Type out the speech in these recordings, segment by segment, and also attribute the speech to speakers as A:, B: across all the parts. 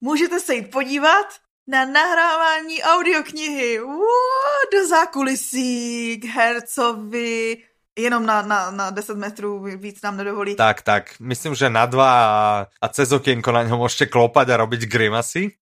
A: Můžete se jít podívat na nahrávání audioknihy Uuu, do zákulisí k hercovi. Jenom na, na, na 10 metrů víc nám nedovolí.
B: Tak, tak. Myslím, že na dva a, a cez okienko na ňo môžete klopať a robiť grimasy.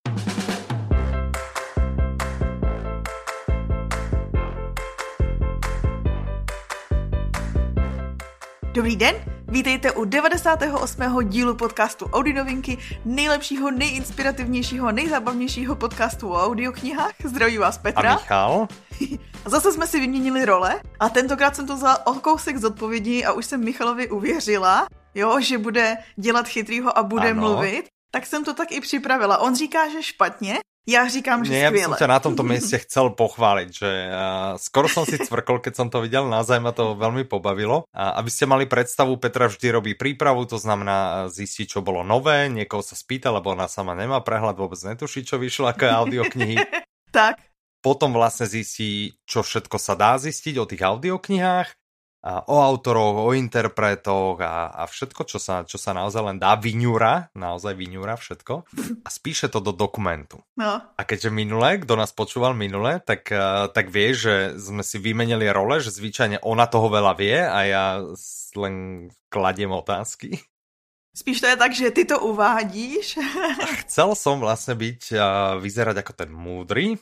A: Dobrý den, vítejte u 98. dílu podcastu Audi Novinky, nejlepšího, nejinspirativnějšího, nejzábavnějšího podcastu o audioknihách. Zdraví vás
B: A
A: Petra.
B: Michal?
A: Zase jsme si vyměnili role a tentokrát jsem to vzala o kousek zodpovědí a už jsem Michalovi uvěřila, jo, že bude dělat chytrýho a bude
B: Ano.
A: ano. mluvit, tak jsem to tak i připravila. On říká, že špatně, já říkám, že
B: Nie, ja by som
A: skvěle.
B: ťa na tomto mieste chcel pochváliť, že uh, skoro som si cvrkol, keď som to videl, naozaj ma to veľmi pobavilo. A aby ste mali predstavu, Petra vždy robí prípravu, to znamená eh, zistí, čo bolo nové, niekoho sa spýta, lebo ona sama nemá prehľad, vôbec netuší, čo vyšlo, aké audioknihy.
A: Tak,
B: potom vlastne zistí, čo všetko sa dá zistiť o tých audioknihách, a o autoroch, o interpretoch a, a všetko, čo sa, čo sa naozaj len dá, vyňúra, naozaj vyňúra všetko a spíše to do dokumentu.
A: no,
B: A keďže minule, kto nás počúval minule, tak, eh, tak vie, že sme si vymenili role, že zvyčajne ona toho veľa vie a ja s- len kladiem otázky.
A: spíš to je tak, že ty to uvádíš.
B: Chcel som vlastne byť a vyzerať ako ten múdry,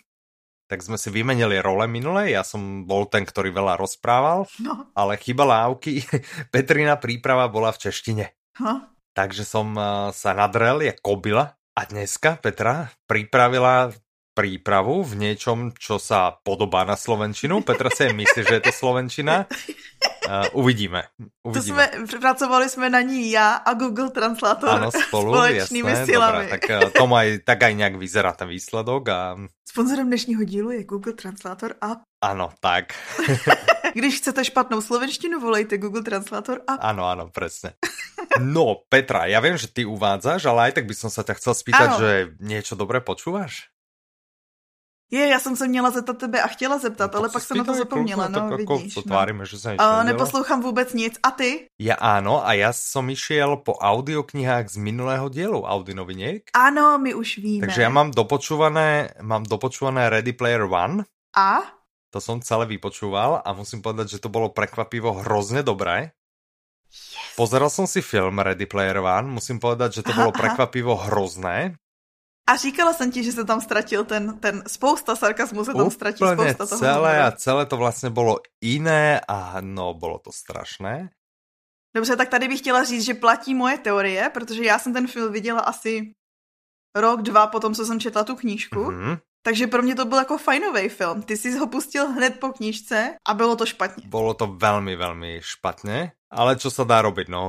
B: tak sme si vymenili role minule, ja som bol ten, ktorý veľa rozprával,
A: No,
B: ale chýbala Avky, Petrina príprava bola v češtine.
A: no,
B: Takže som a, sa nadrel, je kobila a dneska Petra pripravila prípravu v niečom, čo sa podobá na Slovenčinu. Petra si aj myslí, že je to Slovenčina. A uvidíme.
A: to
B: uvidíme.
A: jsme, pracovali jsme na ní já a Google Translator
B: Áno, spolu,
A: společnými
B: jasné,
A: silami.
B: Dobré, tak eh, tom aj, tak aj nejak vyzerá ten výsledok a
A: Sponzorem dnešního dílu je Google Translator a
B: áno, tak,
A: když chcete špatnou slovenštinu, volejte Google Translator a
B: áno, áno, presne. No, Petra, ja viem, že ty uvádzaš, ale aj tak by som sa ťa chcel spýtať,
A: Áno.
B: že niečo dobre počúvaš?
A: Je, já jsem se měla zeptat tebe a chtěla zeptat,
B: No,
A: ale
B: tak
A: pak
B: sa
A: jsem na to
B: spýtaj,
A: zapomněla,
B: kľudne, tak
A: no
B: ako
A: vidíš.
B: sa
A: no.
B: tvárime, že sa nič
A: A
B: nedialo.
A: neposlouchám vůbec nic. A ty?
B: Ja áno, a ja som išiel po audioknihách z minulého dielu Audi noviniek.
A: Ano, my už víme.
B: Takže ja mám dopočúvané, mám dopočúvané Ready Player One,
A: A?
B: to som celé vypočúval a musím povedať, že to bolo prekvapivo hrozne dobré. Pozeral som si film Ready Player One, musím povedať, že to
A: Aha,
B: bolo
A: aha.
B: prekvapivo hrozné.
A: A říkala jsem ti, že se tam ztratil ten, ten spousta sarkazmu se tam ztratí,
B: Úplne
A: spousta toho.
B: celé a
A: humoru.
B: celé to vlastne bolo iné a no, bolo to strašné.
A: Dobře, tak tady bych chtěla říct, že platí moje teorie, protože já jsem ten film viděla asi rok, dva potom, co jsem četla tu knížku.
B: Mhm.
A: Takže pro mě to byl jako fajnový film. Ty jsi ho pustil hned po knížce a bylo to špatně.
B: Bolo to veľmi, veľmi špatne, ale čo sa dá robiť, no...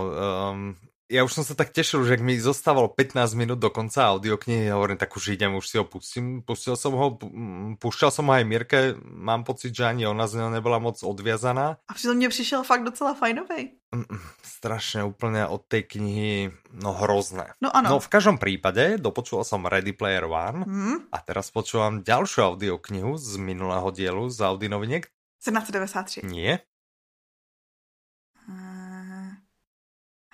B: Um, ja už som sa tak tešil, že ak mi zostávalo 15 minút do konca audioknihy, ja hovorím, tak už idem, už si ho pustím, pustil som ho, pu- mm, púšťal som ho aj Mirke, mám pocit, že ani ona z neho nebola moc odviazaná.
A: A přitom mě přišel fakt docela fajnový.
B: Mm, mm, Strašne úplne od tej knihy, no hrozné.
A: No ano.
B: No v každom prípade, dopočúval som Ready Player One
A: Hmm?
B: a teraz počúvam ďalšiu audioknihu z minulého dielu z Audi noviniek.
A: 1793.
B: Nie,
A: Eh,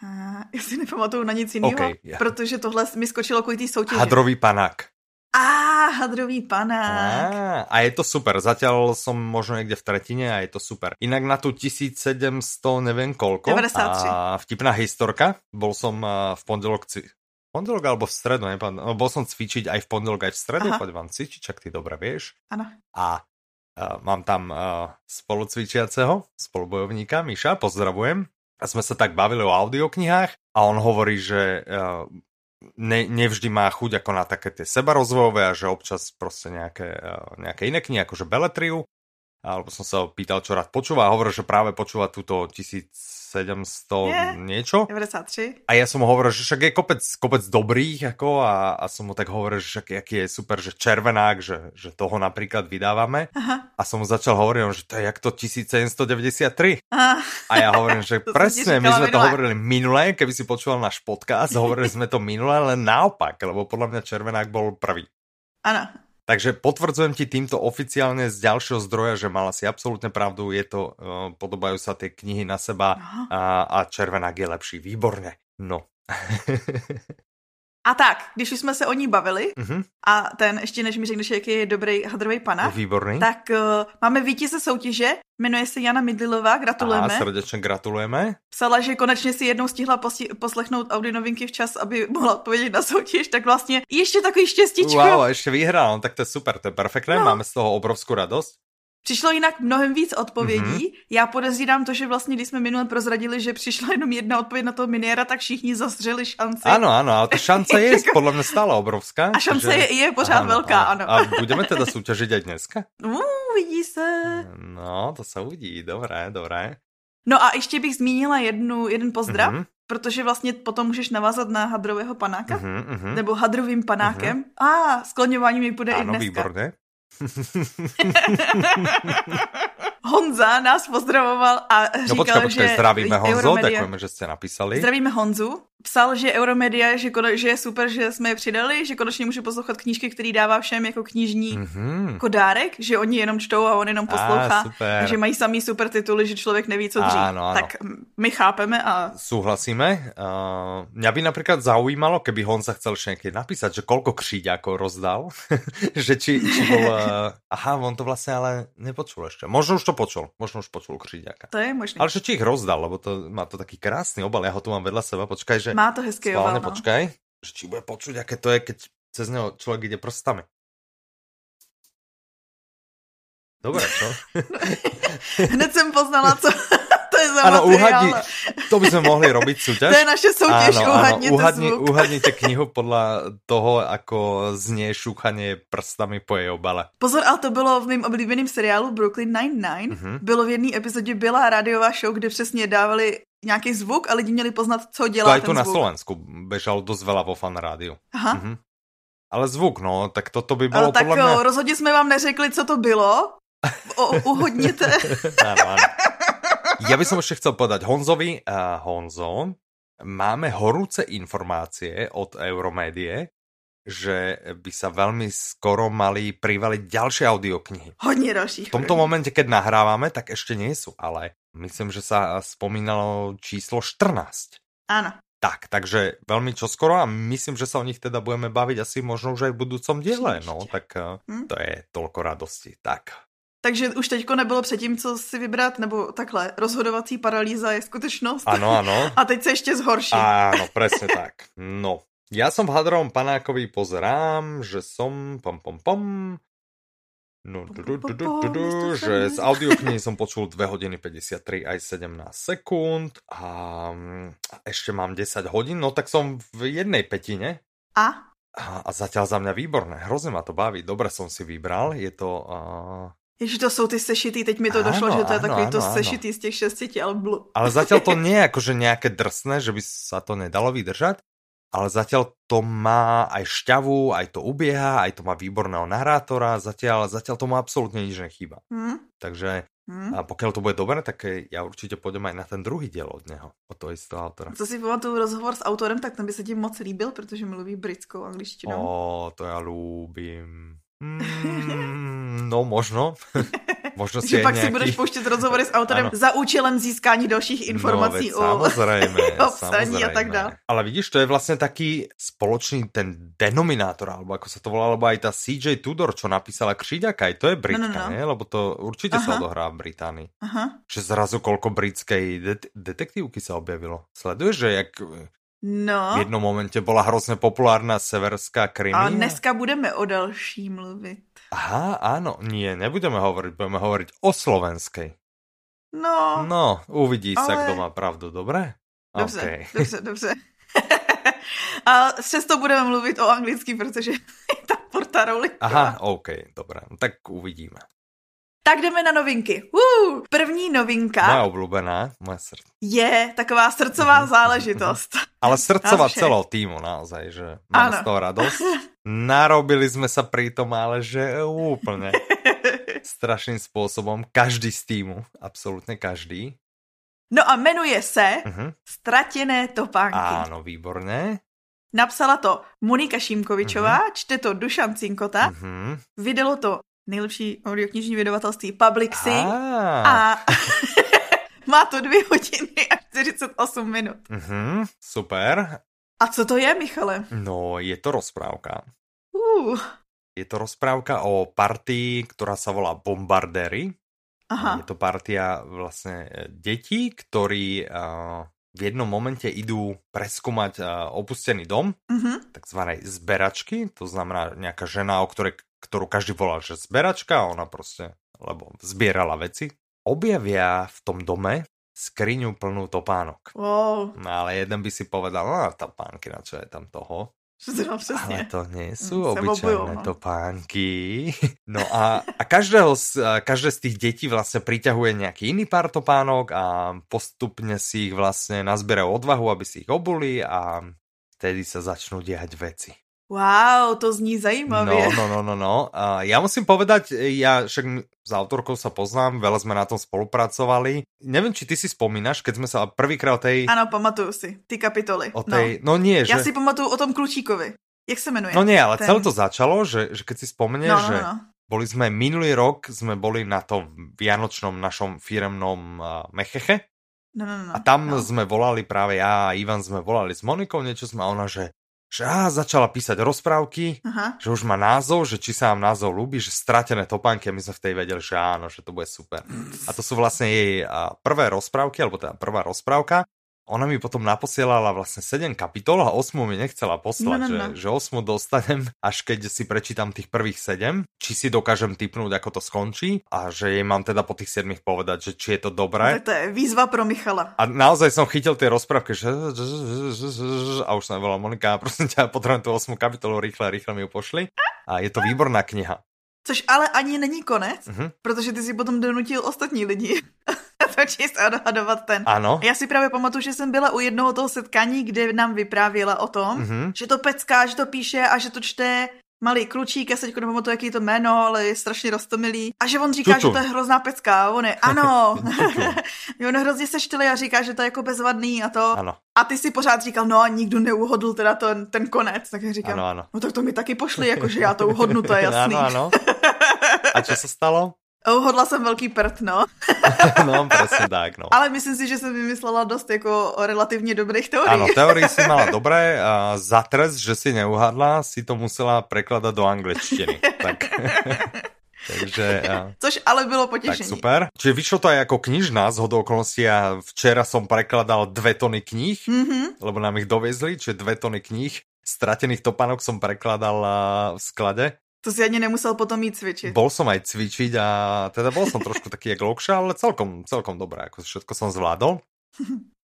A: eh, Já si nepamatuju na nic jiného,
B: Okej, ja.
A: protože tohle mi skočilo kvůli té soutěži.
B: Hadrový panák.
A: Á, hadrový panák.
B: Á, a je to super, zatiaľ som možno niekde v tretine a je to super. Inak na tú 1700 neviem koľko
A: 93.
B: a vtipná historka, bol som a, v pondelok ci- pondelok alebo v stredu, nepamätám, no, bol som cvičiť aj v pondelok aj v stredu,
A: Aha.
B: poď vám cvičiť, čak ty dobre vieš.
A: Ano.
B: A a, mám tam a, spolucvičiaceho, spolubojovníka Miša, pozdravujem. A sme sa tak bavili o audioknihách a on hovorí, že a, ne, nevždy má chuť ako na také tie sebarozvojové a že občas proste nejaké, eh, nejaké iné knihy, akože Beletriu. Alebo som sa ho pýtal, čo rád počúva a hovoril, že práve počúva túto 1700
A: Je.
B: niečo.
A: 93.
B: A ja som mu hovoril, že však je kopec, kopec dobrých, ako, a, a som mu tak hovoril, že však aký je super, že Červenák, že, že toho napríklad vydávame.
A: Aha.
B: A som mu začal hovoriť, on, že to je jak to 1793.
A: Ah,
B: A ja hovorím, že
A: To som tiež
B: presne, my
A: říkala
B: sme to
A: minule.
B: hovorili minule, keby si počúval náš podcast, hovorili sme to minule, len naopak, lebo podľa mňa Červenák bol prvý.
A: ano.
B: Takže potvrdzujem ti týmto oficiálne z ďalšieho zdroja, že mala si absolútne pravdu, je to, eh, podobajú sa tie knihy na seba
A: No.
B: a, a Červenák je lepší, výborne. No.
A: A tak, když už jsme se o ní bavili,
B: Mhm,
A: a ten, ještě než mi řekneš, jaký je dobrý hadrový
B: je
A: panák,
B: výborný.
A: tak uh, máme vítěze soutěže, jmenuje se Jana Midlilová,
B: A
A: gratulujeme.
B: srdečne gratulujeme.
A: Psala, že konečně si jednou stihla posti- poslechnout Audi novinky včas, aby mohla odpovědět na soutěž, tak vlastně ještě takový štěstíčko.
B: Wow, ešte vyhral, no, tak to je super, to je perfektné,
A: No.
B: máme z toho obrovskú radosť.
A: Přišlo jinak mnohem víc odpovědí.
B: Mhm.
A: Mm-hmm. Já podezírám to, že vlastně, když jsme minule prozradili, že přišla jenom jedna odpověď na toho miniéra, tak všichni zastřeli šanci.
B: Áno, áno, ale tá šanca je podľa mňa stále obrovská.
A: A šance je, je pořád ano, velká, ano.
B: A budeme teda súťažiť aj dneska?
A: Uvidí se.
B: No, to sa uvidí, dobré, dobré.
A: No a ještě bych zmínila jednu, jeden pozdrav, mm-hmm.
B: Mhm,
A: protože vlastně potom můžeš navázat na hadrového panáka, mm-hmm.
B: mhm, mhm.
A: nebo hadrovým panákem. Mm-hmm. A skloňování mi půjde i
B: Áno, No,
A: dneska.
B: výborné.
A: Honza nás pozdravoval a říkal,
B: No počkaj,
A: že...
B: počkaj, zdravíme Honzo,
A: Euromedia-
B: ďakujeme, že ste napísali.
A: Zdravíme Honzu. Psal, že Euromedia, že, kono, že je super, že jsme je přidali, že konečně může poslouchat knížky, který dává všem jako knižní mm.
B: Mhm.
A: jako dárek, že oni jenom čtou a on jenom poslouchá.
B: Á, super.
A: že mají samý super tituly, že člověk neví, co dřív.
B: Ano, ano.
A: Tak m- my chápeme a
B: Súhlasíme. Uh, mňa by napríklad zaujímalo, keby Honza chcel ešte niekedy napísať, že koľko kříďakov rozdal. že či, či bol... Uh, aha, on to vlastne ale nepočul ešte. Možno už to počul. Možno už počul kříďaka.
A: to je možné.
B: Ale že či ich rozdal, lebo to má to taký krásny obal. Ja ho tu mám vedľa seba. Počkaj, že...
A: Má to hezký
B: Schválne
A: oval. No.
B: počkaj. Že či bude počuť, aké to je, keď cez neho človek ide prstami. Dobre, čo?
A: Hned jsem poznala, co to je za
B: Áno,
A: materiál.
B: uhadni, to by sme mohli robiť súťaž.
A: To je naše soutěž, uhadněte
B: uhadni,
A: zvuk.
B: uhadnite knihu podľa toho, ako znie šúchanie prstami po jej obale.
A: Pozor, ale to bylo v mém oblíbeném seriálu Brooklyn Nine-Nine.
B: Mhm.
A: Bylo v jedné epizodě byla rádiová show, kde přesně dávali nějaký zvuk a lidi měli poznat, co
B: To
A: dělá
B: aj
A: ten
B: tu na
A: zvuk.
B: Slovensku bežalo dosť veľa vo fan rádiu.
A: Aha.
B: Mhm. Ale zvuk, no, tak toto by
A: Ale
B: bolo
A: tak
B: podľa mňa...
A: mňa... rozhodně jsme vám neřekli, co to bylo. O, uhodněte.
B: áno, áno. Ja by som ešte chcel povedať Honzovi, uh, Honzo, máme horúce informácie od Euromédie, že by sa veľmi skoro mali privaliť ďalšie audioknihy.
A: Hodně dalších.
B: V tomto momente, keď nahrávame, tak ešte nie sú, ale myslím, že sa spomínalo číslo 14.
A: Ano.
B: Tak, takže veľmi čoskoro a myslím, že sa o nich teda budeme baviť asi možno už aj v budúcom diele, no,
A: Určite.
B: tak eh,
A: Hm?
B: to je toľko radosti. Tak,
A: Takže už teďko nebylo předtím, co si vybrat, nebo takhle, rozhodovací paralýza je skutečnost.
B: áno, áno.
A: A teď se ještě zhorší.
B: Áno, presne tak. No, ja som v Hadrovom panákovi pozerám, že som pom pom pom No, du, du, du, du, du, du, že z audioknihy som počul 2 hodiny 53 aj 17 sekúnd a mm, a ešte mám 10 hodín, no tak som v jednej petine
A: A?
B: a, a zatiaľ za mňa výborné, hrozne ma to baví, dobre som si vybral, je to... Uh,
A: Ježi, to jsou ty sešitý, teď mi to
B: Ano,
A: došlo, že to je
B: ano,
A: takový to
B: ano, ano.
A: sešitý z těch 600, ale blu.
B: Ale zatiaľ to nie je akože nejaké drsné, že by sa to nedalo vydržať, ale zatiaľ to má aj šťavu, aj to ubieha, aj to má výborného narrátora, zatiaľ, zatiaľ tomu absolútne nič nechýba.
A: Hm?
B: Takže
A: Hm?
B: a pokiaľ to bude dobré, tak eh, ja určite pôjdem aj na ten druhý diel od neho, od toho istého autora.
A: Co si pamatuju rozhovor s autorem, tak ten by se ti moc líbil, protože mluví britskou angličtinou.
B: Ó, to ja ľúbim. Mm, no možno. možno
A: že
B: si aj
A: pak
B: nejaký...
A: si budeš pouštět rozhovory s autorem
B: Ano.
A: za účelem získání dalších informací
B: no, veď,
A: o...
B: samozrejme,
A: o psaní a tak dále.
B: Ale vidíš, to je vlastne taký spoločný ten denominátor, alebo ako sa to volá, lebo aj tá CJ Tudor, čo napísala Kříďaka, aj to je Britka, no, no,
A: no.
B: no. nie? Lebo to určite Aha. sa
A: Aha.
B: odohrá v Británii.
A: Aha.
B: Že zrazu koľko britskej det- detektívky sa objavilo. Sleduješ, že jak v
A: No.
B: jednom momente bola hrozne populárna
A: A
B: severská krimi?
A: dneska budeme o další mluvit.
B: Aha, áno, nie, nebudeme hovoriť, budeme hovoriť o slovenskej.
A: No,
B: No, uvidí sa,
A: Ale-
B: kto má pravdu, dobre?
A: dobře,
B: Okej.
A: dobře, dobře. A přesto budeme mluvit o anglicky, protože je ta porta roulika.
B: Aha, OK, dobré, no tak uvidíme.
A: Tak jdeme na novinky. Uh, první novinka
B: Moja obľúbená, moja srdce.
A: je taková srdcová
B: Mhm,
A: záležitost.
B: Ale srdcová
A: Naše.
B: celého týmu naozaj, že máme
A: Áno.
B: z toho radosť. Narobili sme sa pri tom, ale že úplne strašným spôsobom. Každý z týmu, absolútne každý.
A: No a jmenuje se
B: Uh-huh.
A: Ztratěné topánky.
B: Áno, výborné.
A: Napsala to Monika Šímkovičová,
B: Mhm.
A: čte to Dušan Cinkota,
B: Uh-huh.
A: vydalo to nejlepší audioknižní vydavatelství Public Sync.
B: Á,
A: A má to dvě hodiny a 48 minut.
B: uh-huh. Mhm. Super.
A: A co to je, Michale?
B: No, je to rozprávka.
A: Uh,
B: Je to rozprávka o partii, ktorá sa volá Bombardery. Je
A: aha,
B: to partia vlastne eh, detí, ktorí eh, v jednom momente idú preskúmať eh, opustený dom,
A: mhm,
B: takzvanej zberačky, to znamená nejaká žena, o ktorej, ktorú každý volal, že zberačka, a ona proste, lebo zbierala veci, objavia v tom dome skriňu plnú topánok.
A: wow,
B: No ale jeden by si povedal, no topánky, na čo je tam toho?
A: no přesně.
B: Ale to nie
A: Mm,
B: sú
A: sa
B: obyčajné
A: mobujú, no.
B: topánky. No a, a každého z, a každé z tých detí vlastne priťahuje nejaký iný pár topánok a postupne si ich vlastne nazberajú odvahu, aby si ich obuli a vtedy sa začnú diať veci.
A: Wow, to zní
B: No,
A: zajímavě.
B: no, no, no, no. A ja musím povedať, ja však m- s autorkou sa poznám, veľa sme na tom spolupracovali. Neviem, či ty si spomínaš, keď sme sa prvýkrát o tej...
A: Ano, pamatuju si, ty kapitoly.
B: O tej no. no
A: No.
B: nie,
A: Já
B: že...
A: si pamatuju o tom klučíkovi. Jak se jmenuje?
B: No nie, ale
A: ten-
B: celé to začalo, že, že keď si spomenieš,
A: no, no,
B: že
A: no.
B: Boli sme minulý rok, sme boli na tom vianočnom našom firemnom uh, Mecheche
A: No, no, no.
B: a tam
A: no.
B: sme volali práve ja a Ivan sme volali s Monikou, niečo sme a ona, že, že á, začala písať rozprávky,
A: Aha.
B: že už má názov, že či sa nám názov ľúbi, že stratené topánky a my sme v tej vedeli, že áno, že to bude super. A to sú vlastne jej a, prvé rozprávky, alebo teda prvá rozprávka. Ona mi potom naposielala vlastne 7 kapitol a 8 mi nechcela
A: No,
B: poslať,
A: no, no.
B: Že, že 8 dostanem, až keď si prečítam tých prvých 7, či si dokážem typnúť, ako to skončí a že jej mám teda po tých 7 povedať, že či je to
A: No,
B: dobré.
A: tak to je výzva pro Michala.
B: A naozaj som chytil tie rozprávky, že a už som volal Monika, prosím ťa, potrebujem tú 8 kapitolu, rýchle, rýchle mi ju pošli. A je to výborná kniha.
A: Což ale ani není konec,
B: Mhm.
A: protože ty si potom donutil ostatní lidi to číst a dohadovat ten.
B: Áno.
A: Já si právě pamatuju, že jsem byla u jednoho toho setkání, kde nám vyprávěla o tom,
B: Mhm.
A: že to pecká, že to píše a že to čte malý klučík, já se teďko nepamatuju, jaký je to jméno, ale je strašně roztomilý. A že on říká,
B: Čučun.
A: že to je hrozná pecká. A on je, ano.
B: Čučun.
A: on hrozně se štili a říká, že to je jako bezvadný a to.
B: Áno,
A: A ty si pořád říkal, no a nikdo neuhodl teda ten, ten konec. Tak já říkám,
B: áno, áno.
A: no tak to mi taky pošli, jakože já to uhodnu, to je jasný.
B: Áno, áno. A čo sa stalo?
A: Uhodla jsem velký prd, no.
B: No, presne tak, no.
A: Ale myslím si, že jsem vymyslela dost jako relativně dobrých teorií.
B: Áno, teórii si mala dobré a za trest, že si neuhadla, si to musela prekladať do angličtiny. Tak. Takže a,
A: Což ale bylo
B: tak
A: potěšení.
B: super. Čiže vyšlo to aj ako knižná z hodou okolností a včera som prekladal dve tony kníh,
A: Mhm.
B: lebo nám ich doviezli, čiže dve tony kníh. Stratených topánok som prekladal a, v sklade.
A: To si ani nemusel potom jít cvičit.
B: Bol som aj cvičiť a teda bol som trošku taký jak lokša, ale celkom, celkom dobré, ako všetko som zvládol.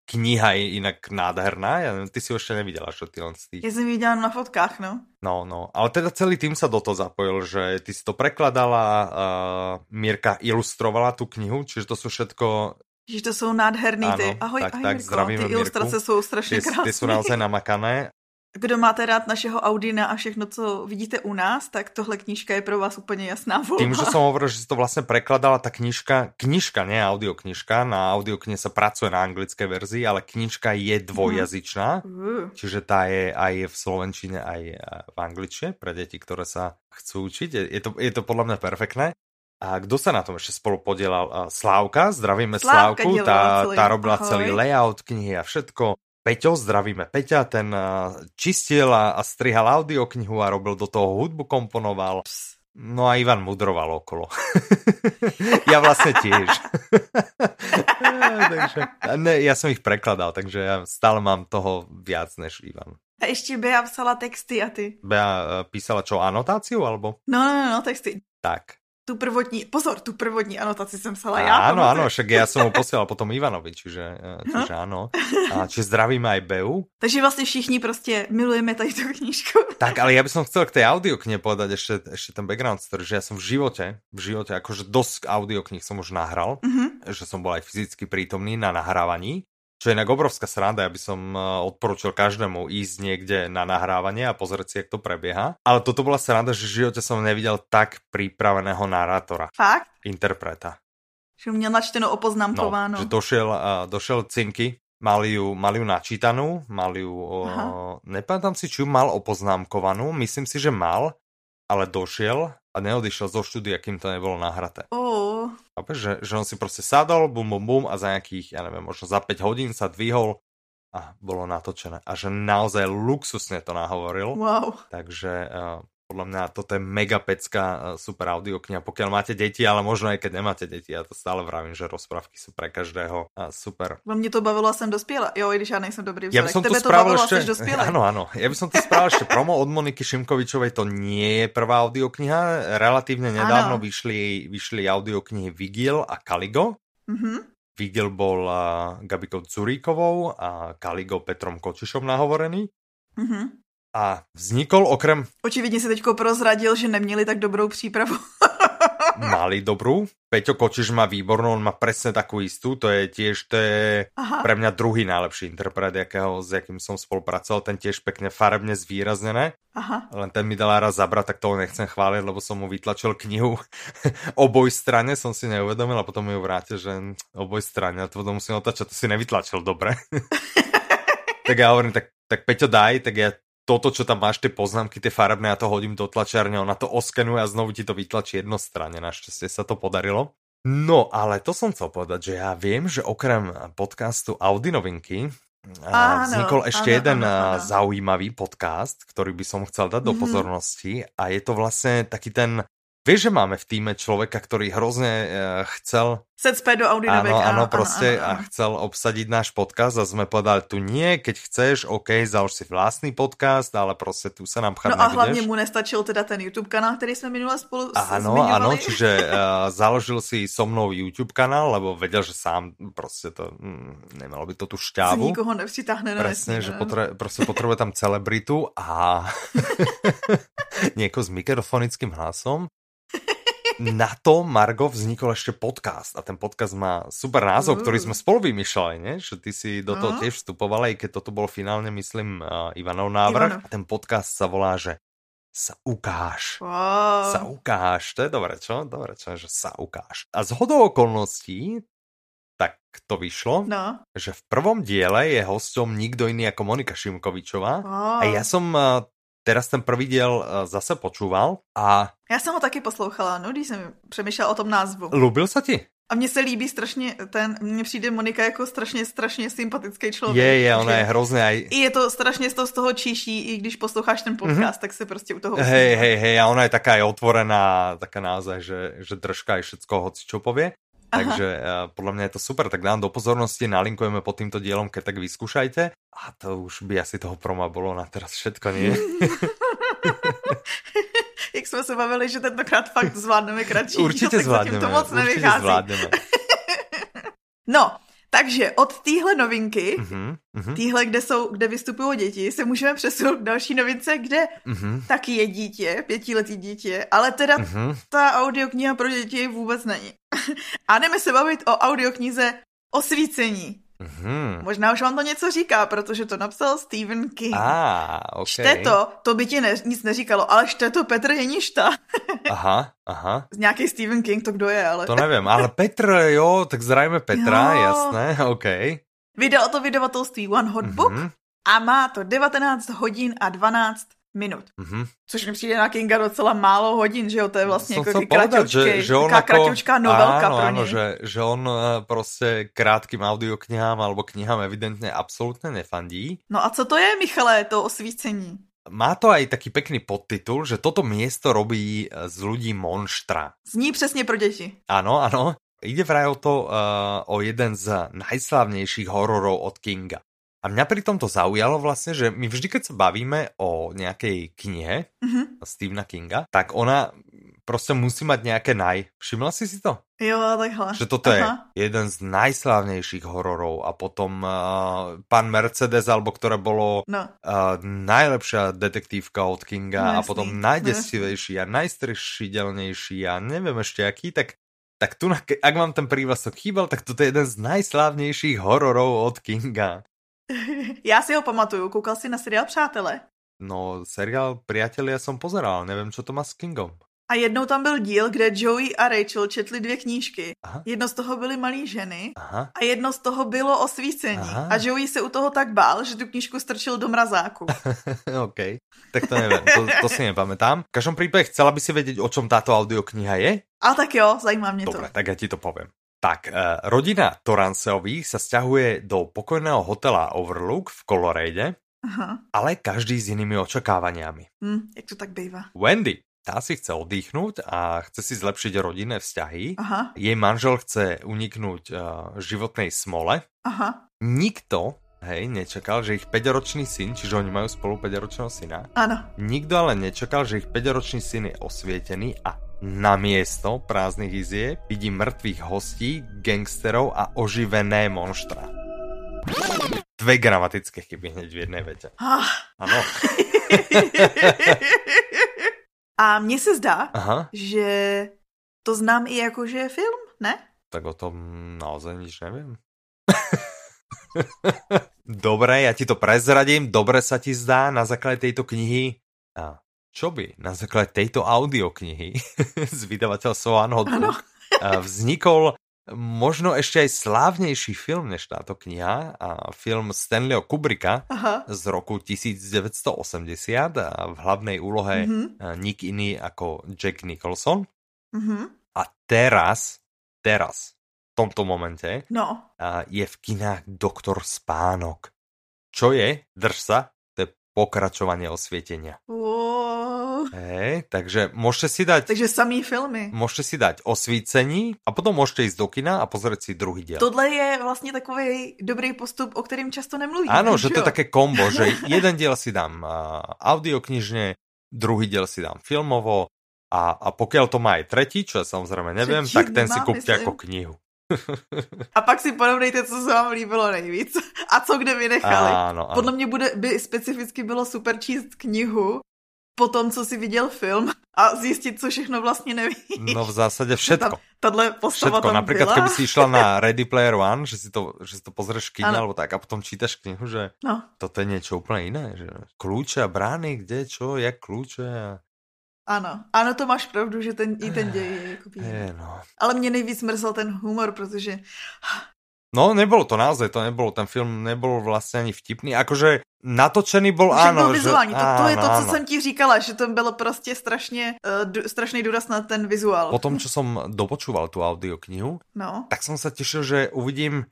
B: Kniha je inak nádherná, ja neviem, ty si ju ešte nevidela, že ty len z tých...
A: Já jsem ji viděla na fotkách, no.
B: No, no, ale teda celý tým sa do toho zapojil, že ty si to prekladala, uh, Mírka ilustrovala tú knihu, čiže to sú všetko,
A: Že to jsou nádherný
B: Ano,
A: ty. Ahoj,
B: tak,
A: ahoj,
B: tak,
A: Mirko.
B: zdravíme
A: Ty
B: Mirku.
A: ilustrace jsou strašně
B: tie, tie
A: krásné.
B: sú naozaj namakané.
A: Kdo máte rád našeho Audina a všechno, co vidíte u nás, tak tohle knížka je pro vás úplně jasná volba.
B: Tým, že som hovoril, že si to vlastne prekladala tá knižka, knižka, nie audioknižka, na audioknihe sa pracuje na anglickej verzii, ale knižka je dvojjazyčná,
A: Uh,
B: Čiže tá je aj v slovenčine, aj eh, v angličtine pre deti, ktoré sa chcú učiť. Je je to, je to podľa mňa perfektné. A kto sa na tom ešte spolu podielal? Eh, Slávka, zdravíme
A: Slávka
B: Slávku,
A: dielala
B: tá,
A: celý-
B: tá robila
A: ahoj.
B: celý layout knihy a všetko. Peťo, zdravíme Peťa, ten eh, čistil a a strihal audioknihu a robil do toho hudbu, komponoval. No a Ivan mudroval okolo. ja vlastne tiež. takže, ne, ja som ich prekladal, takže ja stále mám toho viac než Ivan.
A: a ještě Bea psala texty a ty.
B: Bea e, písala čo, anotáciu alebo?
A: No, no, no, no, texty.
B: Tak.
A: Tu prvotní, pozor, tu prvotní anotaci jsem psala já.
B: áno,
A: pamatuju.
B: áno, však ja som mu posielal potom Ivanovi, čiže, e, čiže áno. A či zdravíme aj Beu.
A: Takže vlastně všichni prostě milujeme tady tu knížku.
B: Tak, ale ja by som chcel k tej audioknihe povedať ešte, ešte ten background story, že ja som v živote, v živote, akože dosť audiokníh som už nahral,
A: Mhm.
B: že som bol aj fyzicky prítomný na nahrávaní, čo je inak obrovská sranda, aby som eh, odporúčil každému ísť niekde na nahrávanie a pozrieť si, jak to prebieha. Ale toto bola sranda, že v živote som nevidel tak pripraveného narátora,
A: Fakt,
B: interpreta.
A: že měl načteno
B: No,
A: opoznamkováno.
B: že došiel, eh, došiel cinky, mali ju, mali ju načítanú, mali ju, eh,
A: Aha.
B: nepamätám si, či ju mal opoznámkovanú, myslím si, že mal, ale došiel a neodišiel zo štúdia, kým to nebolo nahraté.
A: Oh.
B: Chápeš, že, že on si proste sadol, bum, bum, bum a za nejakých, ja neviem, možno za 5 hodín sa dvihol a bolo natočené. A že naozaj luxusne to nahovoril.
A: Wow.
B: Takže eh, podľa mňa toto je mega pecká eh, super audiokniha, pokiaľ máte deti, ale možno aj keď nemáte deti. Ja to stále vravím, že rozprávky sú pre každého eh, super.
A: No mě to bavilo a jsem dospěla. Jo, i když já nejsem dobrý
B: Ja by
A: vzorek.
B: som tu
A: Tebe to
B: spravil
A: bavilo a jsi
B: ešte...
A: dospělý.
B: Áno, áno. Ja by som tu spravil ešte promo od Moniky Šimkovičovej. To nie je prvá audiokniha. Relatívne nedávno
A: Áno.
B: vyšli, vyšli audioknihy Vigil a Kaligo.
A: Mhm.
B: Vigil bol a, Gabikou Curíkovou a Kaligo Petrom Kočišom nahovorený
A: Mhm.
B: a vznikol okrem
A: Očividně si teďko prozradil, že neměli tak dobrou přípravu.
B: mali dobrú. Peťo Kočiš má výbornú, on má presne takú istú, to je tiež, to je
A: Aha.
B: pre mňa druhý najlepší interpret, jakého, s jakým som spolupracoval, ten tiež pekne farebne zvýraznené,
A: Aha.
B: len ten mi dala raz zabrať, tak toho nechcem chváliť, lebo som mu vytlačil knihu oboj strane, som si neuvedomil a potom mi ju vrátil, že oboj strane, a to potom musím otáčať, to si nevytlačil dobre. tak ja hovorím, tak, tak Peťo daj, tak ja toto, čo tam máš, tie poznámky, tie farebné, ja to hodím do tlačiarne, ona to oskenuje a znovu ti to vytlačí jednostranne. Našťastie sa to podarilo. No, ale to som chcel povedať, že ja viem, že okrem podcastu Audi novinky
A: Áno,
B: a vznikol
A: áno,
B: ešte jeden
A: áno,
B: a,
A: áno.
B: zaujímavý podcast, ktorý by som chcel dať
A: Mhm.
B: do pozornosti a je to vlastne taký ten... Vieš, že máme v týme človeka, ktorý hrozne e, chcel
A: Secpe do Audi
B: Áno,
A: Novek,
B: áno, proste
A: áno,
B: a
A: áno.
B: chcel obsadiť náš podcast a sme povedali tu nie, keď chceš, OK, založ si vlastný podcast, ale proste tu sa nám
A: No
B: chám
A: a hlavně mu nestačil teda ten YouTube kanál, který jsme minule spolu s-
B: Áno,
A: zmiňovali.
B: áno, čiže uh, založil si so mnou YouTube kanál, lebo vedel, že sám proste to, mm, nemalo by to tu
A: Co
B: šťávu.
A: nikoho nepřitáhne. no,
B: Presne,
A: jasně,
B: že
A: no.
B: potre- proste potrebuje tam celebritu a niekoho s mikrofonickým hlasom. Na to, Margo, vznikol ešte podcast a ten podcast má super názov, ktorý sme spolu vymýšľali, nie? že ty si do toho
A: Mhm.
B: tiež vstupovala, aj keď toto bol finálne, myslím, uh, Ivanov návrh.
A: Ivanov.
B: A ten podcast sa volá, že sa ukáž
A: Wow.
B: sa ukáž, to je dobre, čo? Dobre, čo, že sa ukáž. A z hodou okolností, tak to vyšlo, no.
A: No.
B: že v prvom diele je hosťom nikto iný ako Monika Šimkovičová.
A: Wow.
B: A ja som eh, teraz ten prvý diel eh, zase počúval a
A: Já jsem ho taky poslouchala, no, když jsem přemýšlela o tom názvu.
B: ľúbil sa ti?
A: A mně se líbí strašně ten, mně přijde Monika jako strašně, strašně sympatický člověk.
B: Je, je,
A: Takže-
B: ona je hrozne aj...
A: I je to strašně to z toho číší, i když posloucháš ten podcast, tak se prostě u toho
B: Mhm. Hej, hej, hej, a ona je taká aj otvorená, taká naozaj, že, že držka aj všetko, hoci čo povie.
A: Aha.
B: Takže eh, podľa mňa je to super, tak dám do pozornosti, nalinkujeme pod týmto dielom, keď tak vyskúšajte. A to už by asi toho proma bolo na teraz všetko, nie?
A: Jak jsme se bavili, že tentokrát fakt zvládneme kratší. díl, no,
B: určite
A: tak zatím
B: zvládneme,
A: to moc
B: určite
A: nevychází.
B: zvládneme.
A: No, takže od téhle novinky,
B: Uh-huh, uh-huh,
A: téhle, kde, jsou, kde vystupují děti, se můžeme přesunout k další novince, kde
B: uh-huh,
A: taky je dítě, pětiletý dítě, ale teda
B: uh-huh.
A: ta audiokniha pro děti vůbec není. A jdeme se bavit o audioknize Osvícení.
B: Hm.
A: Možná už vám to něco říká, protože to napsal Stephen King.
B: Á, ok.
A: Čte to, to by ti ne, nic neříkalo, ale čte to Petr Jeništa.
B: Aha, aha.
A: Nějaký Stephen King, to kdo je, ale...
B: To neviem, ale Petr, jo, tak zrajme Petra,
A: Jo.
B: jasné, ok.
A: Vydal to vydavatelství One Hot Book
B: Mhm,
A: a má to 19 hodin a 12 minut.
B: mhm.
A: Což mi přijde na Kinga docela málo hodin, že jo, to je vlastně
B: Som
A: jako
B: chcel
A: taky
B: povedať, že,
A: kraťoučkej-
B: že on
A: taká
B: ako...
A: kraťoučká novelka
B: áno,
A: pro
B: áno,
A: něj.
B: že, že on eh, proste krátkým audioknihám alebo knihám evidentne absolútne nefandí.
A: No a co to je, Michale, to osvícení?
B: Má to aj taký pekný podtitul, že toto miesto robí eh, z ľudí monštra.
A: Zní přesně pro děti.
B: Áno, áno. Ide vraj o to, uh, o jeden z najslávnejších hororov od Kinga. A mňa pri tomto zaujalo vlastne, že my vždy, keď sa bavíme o nejakej knihe
A: Mhm.
B: Stephena Kinga, tak ona proste musí mať nejaké naj. Všimla si si to?
A: Jo, takhle.
B: Že toto je
A: Aha.
B: jeden z najslávnejších hororov a potom uh, pán Mercedes, alebo ktoré bolo
A: No,
B: uh, najlepšia detektívka od Kinga
A: No
B: a
A: jasný,
B: potom
A: no
B: najdesivejší a najstrišidelnejší a neviem ešte aký, tak tak tu, na- ak vám ten prívlasok chýbal, tak toto je jeden z najslávnejších hororov od Kinga.
A: já si ho pamatuju, koukal si na seriál Přátelé.
B: No, seriál Priatelia som pozeral, neviem, čo to má s Kingom.
A: A jednou tam byl díl, kde Joey a Rachel četli dvě knížky.
B: Aha.
A: Jedno z toho byly malé ženy
B: Aha.
A: a jedno z toho bylo osvícení.
B: Aha.
A: A Joey se u toho tak bál, že tu knížku strčil do mrazáku.
B: OK. Tak to neviem, to, to si nepamätám. V každom prípade chcela by si vedieť, o čom táto audiokniha je?
A: A tak jo, zajímá mě
B: Dobre,
A: to.
B: tak ja ti to poviem. Tak, eh, rodina Toranceových sa stiahuje do pokojného hotela Overlook v Colorade,
A: Aha.
B: ale každý s inými očakávaniami.
A: Hm, jak to tak bývá.
B: Wendy, tá si chce oddychnúť a chce si zlepšiť rodinné vzťahy.
A: Aha,
B: Jej manžel chce uniknúť eh, životnej smole.
A: aha,
B: Nikto, hej, nečakal, že ich 5-ročný syn, čiže oni majú spolu 5-ročného syna,
A: áno.
B: Nikto ale nečakal, že ich 5-ročný syn je osvietený a na miesto prázdnych izie vidí mŕtvych hostí, gangsterov a oživené monštra. Dve gramatické chyby hneď v jednej vete.
A: Ah.
B: Áno.
A: A mně se zdá,
B: Aha,
A: že to znám i jako, že je film, ne?
B: tak o tom naozaj nič neviem. Dobre, ja ti to prezradím, dobre sa ti zdá na základe tejto knihy. A čo by na základe tejto audioknihy z vydavateľstva Anhodbu
A: Ano.
B: A vznikol možno ešte aj slávnejší film než táto kniha, a film Stanleyho Kubricka
A: Aha.
B: z roku 1980 a v hlavnej úlohe
A: Mhm,
B: a nik iný ako Jack Nicholson.
A: mhm.
B: A teraz, teraz, v tomto momente,
A: No,
B: a je v kinách Doktor Spánok. Čo je? Drž sa, to je pokračovanie osvietenia.
A: Wow.
B: Hej, takže môžete si dať
A: Takže samý filmy.
B: Môžete si dať osvícení a potom môžete ísť do kina a pozrieť si druhý diel.
A: Tohle je vlastně takový dobrý postup, o kterém často nemluvíme.
B: Áno, že
A: jo?
B: to je také kombo, že jeden diel si dám a, audioknižne, druhý diel si dám filmovo a, a pokiaľ to má aj tretí, čo ja samozrejme neviem,
A: Tretí
B: tak ten si
A: nemá,
B: kúpte
A: myslím.
B: ako knihu.
A: A pak si porovnejte, co se vám líbilo nejvíc a co kde vynechali.
B: Áno, áno.
A: Podle mě bude, by specificky bylo super číst knihu po tom, co si viděl film a zjistit, co všechno vlastně neví.
B: No v zásade všetko.
A: Tahle postava
B: Všetko.
A: tam
B: Napríklad,
A: byla.
B: keby si išla na Ready Player One, že si to, že si to pozrieš v kine
A: Áno.
B: alebo tak a potom čítaš knihu, že
A: No,
B: toto je niečo úplne iné. Že kľúče a brány, kde, čo, jak kľúče a...
A: ano. Ano, to máš pravdu, že ten, i ten děj je jako píjemný.
B: Je, no.
A: Ale mě nejvíc mrzel ten humor, protože
B: No, nebolo to naozaj, to nebolo, ten film nebol vlastne ani vtipný, akože natočený bol,
A: Všechno
B: áno.
A: vizuální,
B: že,
A: to, to je
B: áno,
A: to, co
B: áno.
A: jsem ti říkala, že to bylo prostě strašně, uh, d- strašný důraz na ten vizuál.
B: Po tom, čo som dopočúval tú audioknihu,
A: No,
B: tak som sa tešil, že uvidím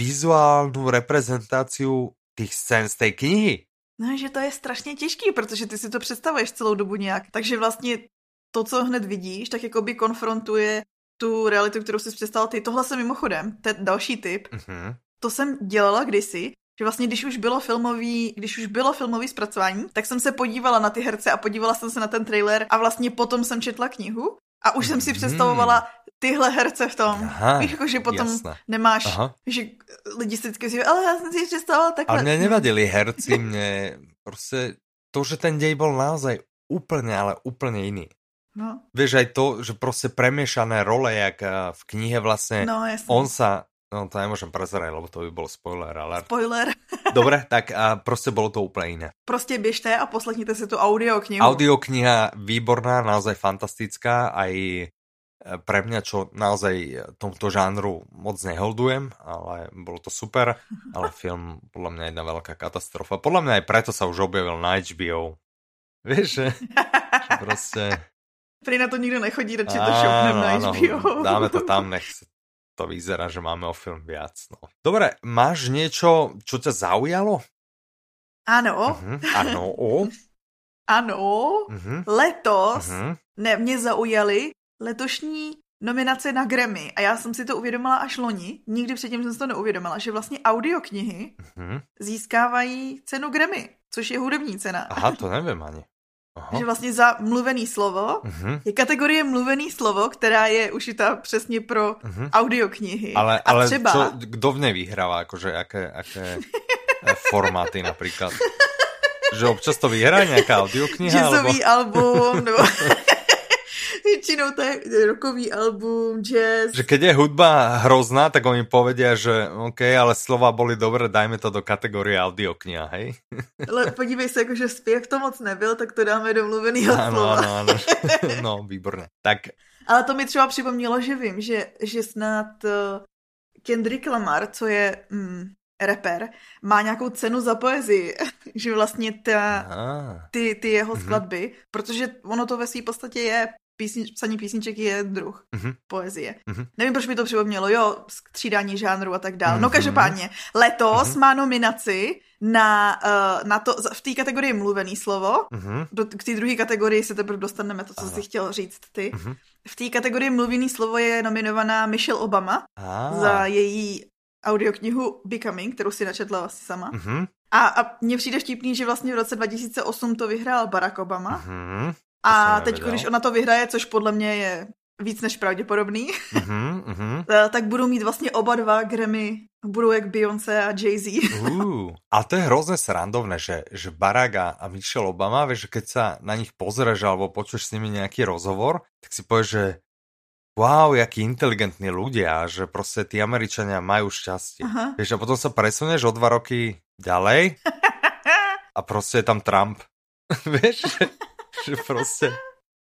B: vizuálnu reprezentáciu tých scén z tej knihy.
A: no, že to je strašně těžký, protože ty si to představuješ celou dobu nějak. Takže vlastně to, co hned vidíš, tak jakoby konfrontuje tu realitu, kterou si představil ty. Tohle jsem mimochodem, to je další typ.
B: Uh-huh.
A: To jsem dělala kdysi, že vlastně když už bylo filmový, když už bylo filmový zpracování, tak jsem se podívala na ty herce a podívala jsem se na ten trailer a vlastně potom jsem četla knihu a už jsem si
B: Mhm.
A: představovala tyhle herce v tom.
B: Aha,
A: Víš, jako, že potom
B: jasné.
A: nemáš, Aha.
B: Aha.
A: že lidi si vždycky říkají, ale já jsem si představila takhle.
B: Ale mne nevadili herci, mne proste to, že ten dej bol naozaj úplne, ale úplne iný.
A: No,
B: Vieš aj to, že proste premiešané role, jak eh, v knihe vlastne
A: no jasně.
B: On sa, no to nemôžem prezerať, lebo to by bol spoiler, ale
A: Spoiler.
B: dobre, tak a proste bolo to úplne iné.
A: Prostě běžte a poslechněte si tu audio knihu.
B: Audiokniha výborná, naozaj fantastická, aj e, pre mňa, čo naozaj tomto žánru moc neholdujem, ale bolo to super, ale film podľa mňa je jedna veľká katastrofa. Podľa mňa aj preto sa už objavil na HBO. Vieš, že, že proste...
A: Prý na to nikdo nechodí, radši to šoupnem
B: Áno,
A: na
B: áno,
A: HBO.
B: no, dáme to tam, nech sa- to vyzerá, že máme o film viac. No. Dobre, máš niečo, čo ťa zaujalo?
A: Ano,
B: Mhm, Áno, o.
A: ano.
B: Mhm,
A: Letos
B: mhm.
A: ne, mě zaujaly letošní nominace na Grammy a já jsem si to uvědomila až loni. Nikdy předtím jsem si to neuvědomila, že vlastně audioknihy
B: mhm.
A: získávají cenu Grammy, což je hudební cena.
B: Aha, to neviem ani. Aha.
A: Že vlastně za mluvený slovo
B: Mhm,
A: je kategorie mluvený slovo, která je ušitá přesně pro
B: mhm.
A: audioknihy.
B: Ale,
A: a
B: ale
A: třeba...
B: čo, kto v nej vyhráva? Akože aké, aké eh, formáty napríklad? Že občas to vyhrá nejaká audiokniha? Alebo...
A: jazzový album, nebo většinou to je rokový album, jazz.
B: Že keď je hudba hrozná, tak oni povedia, že OK, ale slova boli dobré, dajme to do kategórie audiokniha, hej?
A: Ale podívej se, jakože zpěv to moc nebyl, tak to dáme do mluveného
B: Áno,
A: slova.
B: áno, áno. No, výborné. Tak,
A: Ale to mi třeba připomnělo, že vím, že, že snad eh, Kendrick Lamar, co je mm, rapper, má nějakou cenu za poezii. že vlastně ta,
B: aha.
A: ty, ty jeho
B: Mhm.
A: skladby, protože ono to ve své podstatě je písni, psaní písniček je druh
B: Mhm.
A: poezie.
B: Mhm.
A: Nevím, proč mi to připomnělo, jo, skřídání žánru a tak dále. No
B: Mhm.
A: každopádně, letos
B: Mhm.
A: má nominaci na, eh, na to, v té kategorii mluvený slovo,
B: Mhm.
A: do, k té druhé kategorii se teprve dostaneme, to, co
B: Ano.
A: jsi chtěl říct ty.
B: Mhm.
A: V té kategorii mluvený slovo je nominovaná Michelle Obama
B: Á.
A: za její audioknihu Becoming, kterou si načetla vlastně sama.
B: Mhm.
A: A, a mně přijde vtipný, že vlastně v roce 2008 to vyhrál Barack Obama.
B: Mhm. To
A: A
B: jsem
A: teď,
B: nevěděl.
A: když ona to vyhraje, což podle mě je víc než pravděpodobný, eh,
B: Mhm. Mhm.
A: tak budou mít vlastně oba dva Grammy, budou jak Beyoncé a Jay-Z.
B: Uú. A to je hrozne srandovné, že, že Barack a a Michelle Obama, vieš, že keď sa na nich pozrieš alebo počuješ s nimi nejaký rozhovor, tak si povieš, že wow, jakí inteligentní ľudia, že proste tí Američania majú šťastie.
A: Aha.
B: Vieš, a potom sa presunieš o dva roky ďalej a proste je tam Trump. vieš, že, že proste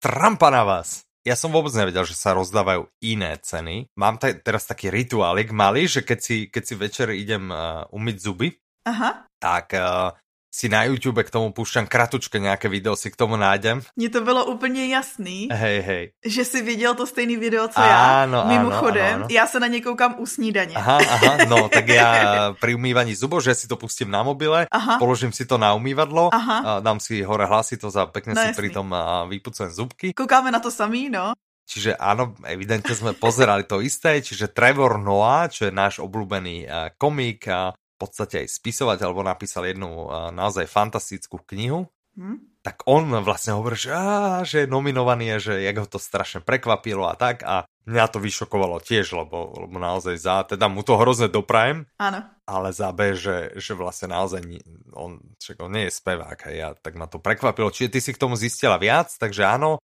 B: Trumpa na vás. Ja som vôbec nevedel, že sa rozdávajú iné ceny. Mám te- teraz taký rituálik malý, že keď si, keď si večer idem uh, umyť zuby,
A: Aha,
B: tak uh, si na YouTube k tomu púšťam kratučke nejaké video, si k tomu nájdem.
A: mně to bylo úplně jasný,
B: Hej, hej.
A: že jsi viděl to stejný video, co já.
B: Eh. Áno, áno,
A: Mimochodem,
B: áno, áno.
A: já se na ně koukám u snídaně.
B: Aha, aha, no tak ja eh, pri umývaní zubov, že si to pustím na mobile,
A: Aha,
B: položím si to na umývadlo,
A: aha.
B: a dám si hore hlasito za pekne
A: No
B: si
A: jasný.
B: pritom a, vypucujem zubky.
A: Koukáme na to samý, no.
B: Čiže áno, evidentne sme pozerali to isté, čiže Trevor Noah, čo je náš obľúbený eh, komik a v podstate aj spisovateľ, alebo napísal jednu eh, naozaj fantastickú knihu,
A: Hm?
B: tak on vlastne hovorí, že, á, že je nominovaný a že jak ho to strašne prekvapilo a tak a mňa to vyšokovalo tiež, lebo, lebo naozaj za, teda mu to hrozne doprajem,
A: Ano.
B: ale za B, že, že vlastne naozaj ni- on, však on nie je spevák a ja, tak ma to prekvapilo. Čiže ty si k tomu zistila viac, takže áno,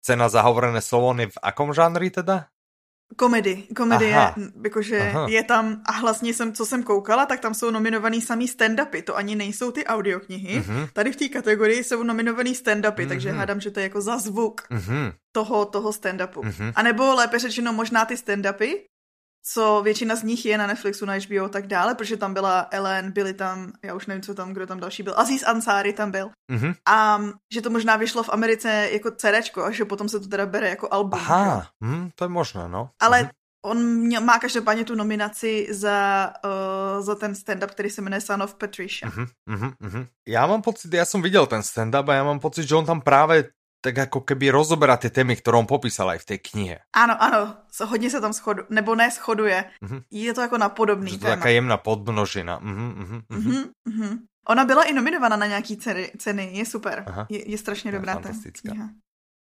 B: cena za hovorené slovo on je v akom žánri teda?
A: Komedy. Komedie,
B: Aha.
A: m, jakože
B: Aha.
A: je tam, a vlastně jsem, co jsem koukala, tak tam jsou nominovaný samý stand-upy, to ani nejsou ty audioknihy.
B: Mhm,
A: Tady v té kategorii jsou nominovaný stand-upy,
B: Mhm.
A: takže hádám, že to je jako za zvuk
B: mhm,
A: toho, toho stand-upu.
B: mhm,
A: A nebo lépe řečeno možná ty stand-upy, co většina z nich je na Netflixu, na HBO a tak dále, protože tam byla Ellen, byli tam, já už nevím, co tam, kdo tam další byl, Aziz Ansari tam byl.
B: mhm.
A: A že to možná vyšlo v Americe jako CDčko a že potom se to teda bere jako album. že jo?
B: Aha, hm, to je možné, no.
A: Ale
B: Mhm.
A: on mě, má každopádně tu nominaci za, uh, za ten stand-up, který se jmenuje Son of Patricia.
B: Mhm, mhm, mhm. Ja mám pocit, ja som videl ten stand-up a ja mám pocit, že on tam práve tak ako keby rozoberá tie témy, ktoré on popísal aj v tej knihe.
A: Ano, ano, s- hodně se tam shoduje, nebo ne shoduje.
B: Mhm.
A: Je to jako na podobný
B: Že to je
A: téma.
B: taká jemná podmnožina. Mhm, mhm, mhm.
A: Mhm, mhm. Ona byla i nominovaná na nějaký ceny, ceny. je super.
B: Aha.
A: Je, je strašně
B: To je
A: dobrá ta
B: fantastická.
A: kniha.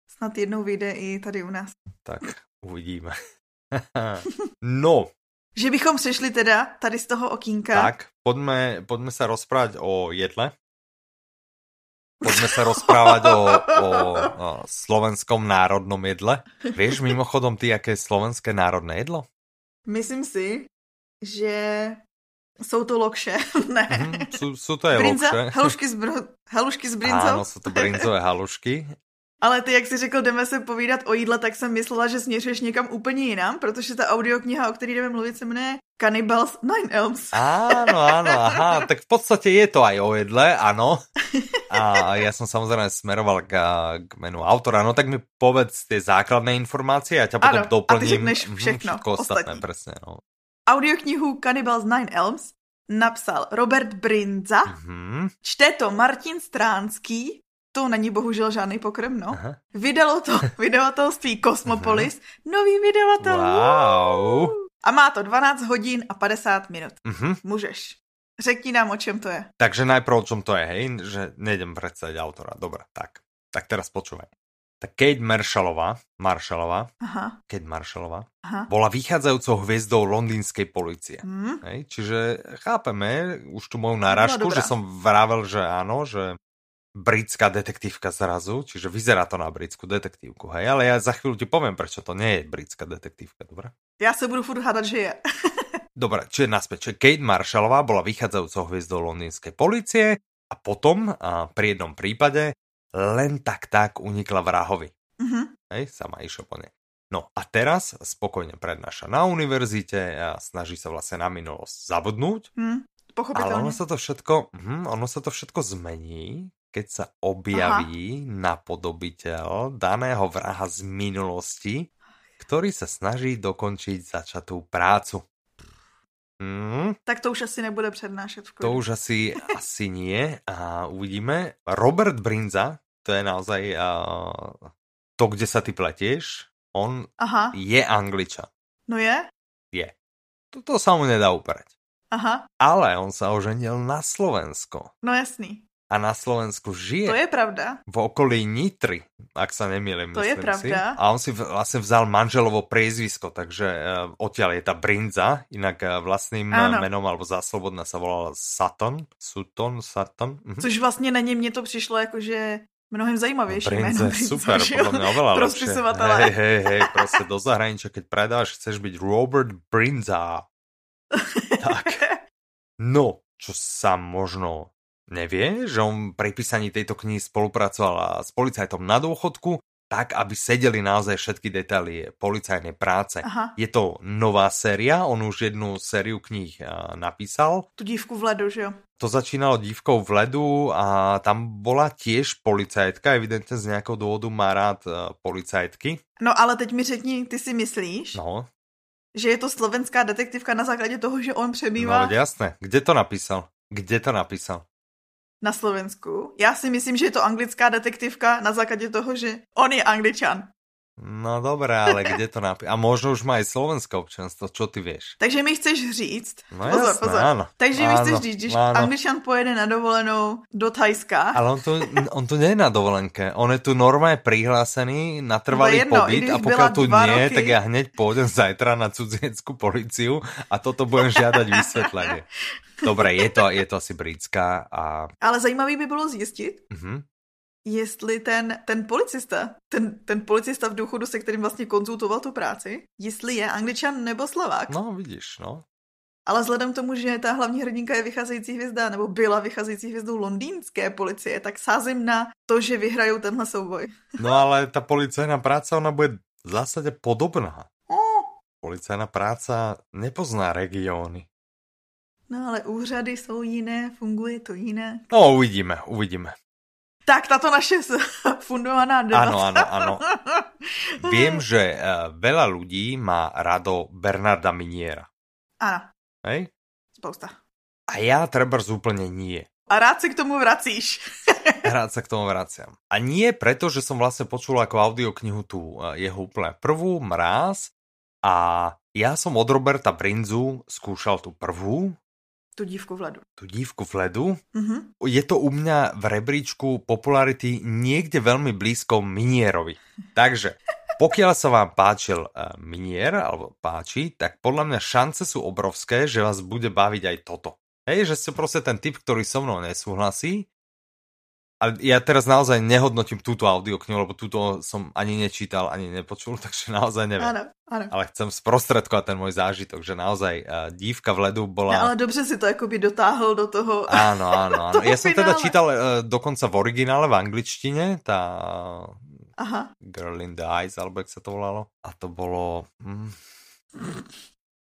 A: Snad jednou vyjde i tady u nás.
B: Tak, uvidíme. no,
A: Že bychom přešli teda tady z toho okýnka.
B: Tak, poďme, poďme sa rozprávať o jedle. Poďme sa rozprávať o, o, o slovenskom národnom jedle. Vieš mimochodom ty, aké je slovenské národné jedlo?
A: Myslím si, že jsou to lokše. ne.
B: Mhm, sú, sú to aj
A: Brinza,
B: lokše.
A: halušky s, br- halušky s brinzou.
B: Áno, sú to brinzové halušky.
A: Ale ty, jak jsi řekl, jdeme se povídat o jídle, tak jsem myslela, že směřuješ někam úplně jinam, protože ta audiokniha, o které jdeme mluvit, se jmenuje Cannibals Nine Elms.
B: Áno, áno, aha, tak v podstate je to aj o jedle, áno. A ja som samozrejme smeroval k, k menu autora, no tak mi povedz tie základné informácie a ťa potom
A: Áno, a ty
B: doplním.
A: řekneš
B: Mhm,
A: všechno
B: všetko ostatné,
A: ostatní.
B: presne, no.
A: Audioknihu Cannibals Nine Elms napsal Robert Brinza,
B: Mhm.
A: čte to Martin Stránský, to není bohužel žádný pokrm, no.
B: Aha.
A: Vydalo to vydavatelství Cosmopolis, nový vydavatel.
B: Wow.
A: A má to 12 hodin a 50 minut.
B: Mhm.
A: Můžeš. Řekni nám, o čem to je.
B: Takže najprv o čom to je, hej? Že nejdem predstaviť autora. Dobre, tak. Tak teraz počúvaj. Tak Kate Marshallová, Marshallová,
A: Aha,
B: Kate Marshallová,
A: aha.
B: bola vychádzajúcou hviezdou londýnskej policie.
A: Hm?
B: Hej, čiže chápeme už tu moju
A: No,
B: náražku,
A: dobrá.
B: že som vravel, že áno, že britská detektívka zrazu, čiže vyzerá to na britskú detektívku, hej, ale ja za chvíľu ti poviem, prečo to nie je britská detektívka, dobre?
A: Já se budu furt hádat, že je.
B: Dobre, čiže naspäť. Čiže Kate Marshallová bola vychádzajúcou hviezdou londýnskej policie a potom a pri jednom prípade len tak tak unikla vrahovi.
A: Mhm.
B: Hej, sama išla po nej. No a teraz spokojne prednáša na univerzite a snaží sa vlastne na minulosť zabudnúť,
A: Hm,
B: ale
A: pochopitelně.
B: mhm, ono sa to všetko, hm, ono sa to všetko zmení, keď sa objaví Aha. napodobiteľ daného vraha z minulosti, ktorý sa snaží dokončiť začatú prácu. Mhm,
A: Mm. Tak to už asi nebude přednášet v
B: To už asi, asi nie a uvidíme. Robert Brinza, to je naozaj uh, to, kde sa ty pletieš, on
A: Aha.
B: je angličan.
A: No je?
B: Je. Toto sa mu nedá uprať.
A: Aha.
B: Ale on sa oženil na Slovensko.
A: No jasný.
B: A na Slovensku žije.
A: To je pravda.
B: V okolí Nitry, ak sa nemýlim.
A: To je
B: si.
A: pravda.
B: A on si v- vlastne vzal manželovo priezvisko, takže uh, odtiaľ je tá Brinza, inak uh, vlastným Áno.
A: Áno.
B: menom alebo záslobodná sa volala Saturn, Sutton, Saturn. Mhm.
A: Což vlastně na ně mně to přišlo jakože mnohem zajímavější
B: Brinza
A: jméno.
B: No, je super,
A: že jo?
B: podľa mňa oveľa
A: Pro
B: lepšie.
A: spisovateľa.
B: Hej, hej, hej, proste do zahraničia, keď predáš, chceš byť Robert Brinza. tak. No, čo sa možno nevie, že on pri písaní tejto knihy spolupracoval s policajtom na dôchodku, tak aby sedeli naozaj všetky detaily policajnej práce.
A: Aha,
B: Je to nová séria, on už jednu sériu kníh eh, napísal,
A: tu dívku v ledu, že jo?
B: to začínalo dívkou v ledu a tam bola tiež policajtka, evidentne z nejakého dôvodu má rád eh, policajtky.
A: No ale teď mi řekni, ty si myslíš,
B: No,
A: že je to slovenská detektivka na základě toho, že on přebývá
B: no veď jasné. Kde to napísal? Kde to napísal?
A: na Slovensku. Já si myslím, že je to anglická detektivka na základě toho, že on je angličan.
B: No dobré, ale kde to napísal? A možno už má aj slovenské občanstvo, čo ty vieš?
A: Takže mi chceš říct,
B: No
A: pozor,
B: jasné,
A: pozor.
B: áno.
A: Takže mi
B: áno,
A: chceš říct, když
B: áno.
A: angličan pojede na dovolenou do Thajska,
B: Ale on tu, on tu nie je na dovolenke. On je tu normálne prihlásený na trvalý
A: To je No jedno, i
B: pobyt a
A: kdybych
B: pokiaľ
A: byla
B: tu
A: dva
B: nie,
A: roky.
B: tak ja hneď pôjdem zajtra na cudzineckú policiu a toto budem žiadať vysvetlenie. Dobre, je to, je to asi britská a...
A: ale zajímavý by bylo zjistit,
B: Mhm.
A: jestli ten, ten policista, ten, ten policista v důchodu, se kterým vlastně konzultoval tu práci, jestli je angličan nebo Slovák.
B: No, vidíš, no.
A: Ale vzhledem k tomu, že ta hlavní hrdinka je vycházející hvězda, nebo byla vycházející hvězdou londýnské policie, tak sázím na to, že vyhrajou tenhle souboj.
B: No ale tá policajná práca, ona bude v zásade podobná.
A: Oh.
B: Policajná práca nepozná regióny.
A: No ale úřady jsou jiné, funguje to jiné.
B: No, uvidíme, uvidíme.
A: Tak tato naše s- fundovaná debata.
B: Áno, áno, áno. Viem, že eh, veľa ľudí má rado Bernarda Miniera.
A: Ano,
B: Hej?
A: spousta.
B: A ja trebárs úplne nie.
A: A rád se k tomu vracíš.
B: Rád sa k tomu vraciam. A nie preto, že som vlastne počul ako audioknihu tú eh, jeho úplne prvú, Mráz. A ja som od Roberta Brinzu skúšal tú prvú,
A: Tu dívku v ledu.
B: tú dívku v ledu.
A: Mhm.
B: Je to u mňa v rebríčku popularity niekde veľmi blízko Minierovi. Takže, pokiaľ sa vám páčil eh, Minier, alebo páči, tak podľa mňa šance sú obrovské, že vás bude baviť aj toto. Hej, že ste proste ten typ, ktorý so mnou nesúhlasí. A ja teraz naozaj nehodnotím túto audioknihu, lebo túto som ani nečítal, ani nepočul, takže naozaj neviem.
A: Ano, ano.
B: Ale chcem sprostredkovať ten môj zážitok, že naozaj eh, dívka v ledu bola...
A: No, ale dobře si to jakoby dotáhl do toho.
B: Áno, áno, áno.
A: To
B: Ja som teda
A: finále.
B: čítal uh, dokonca v originále v angličtine, tá
A: Aha.
B: Girl in the Eyes, alebo jak sa to volalo. A to bolo... Mm,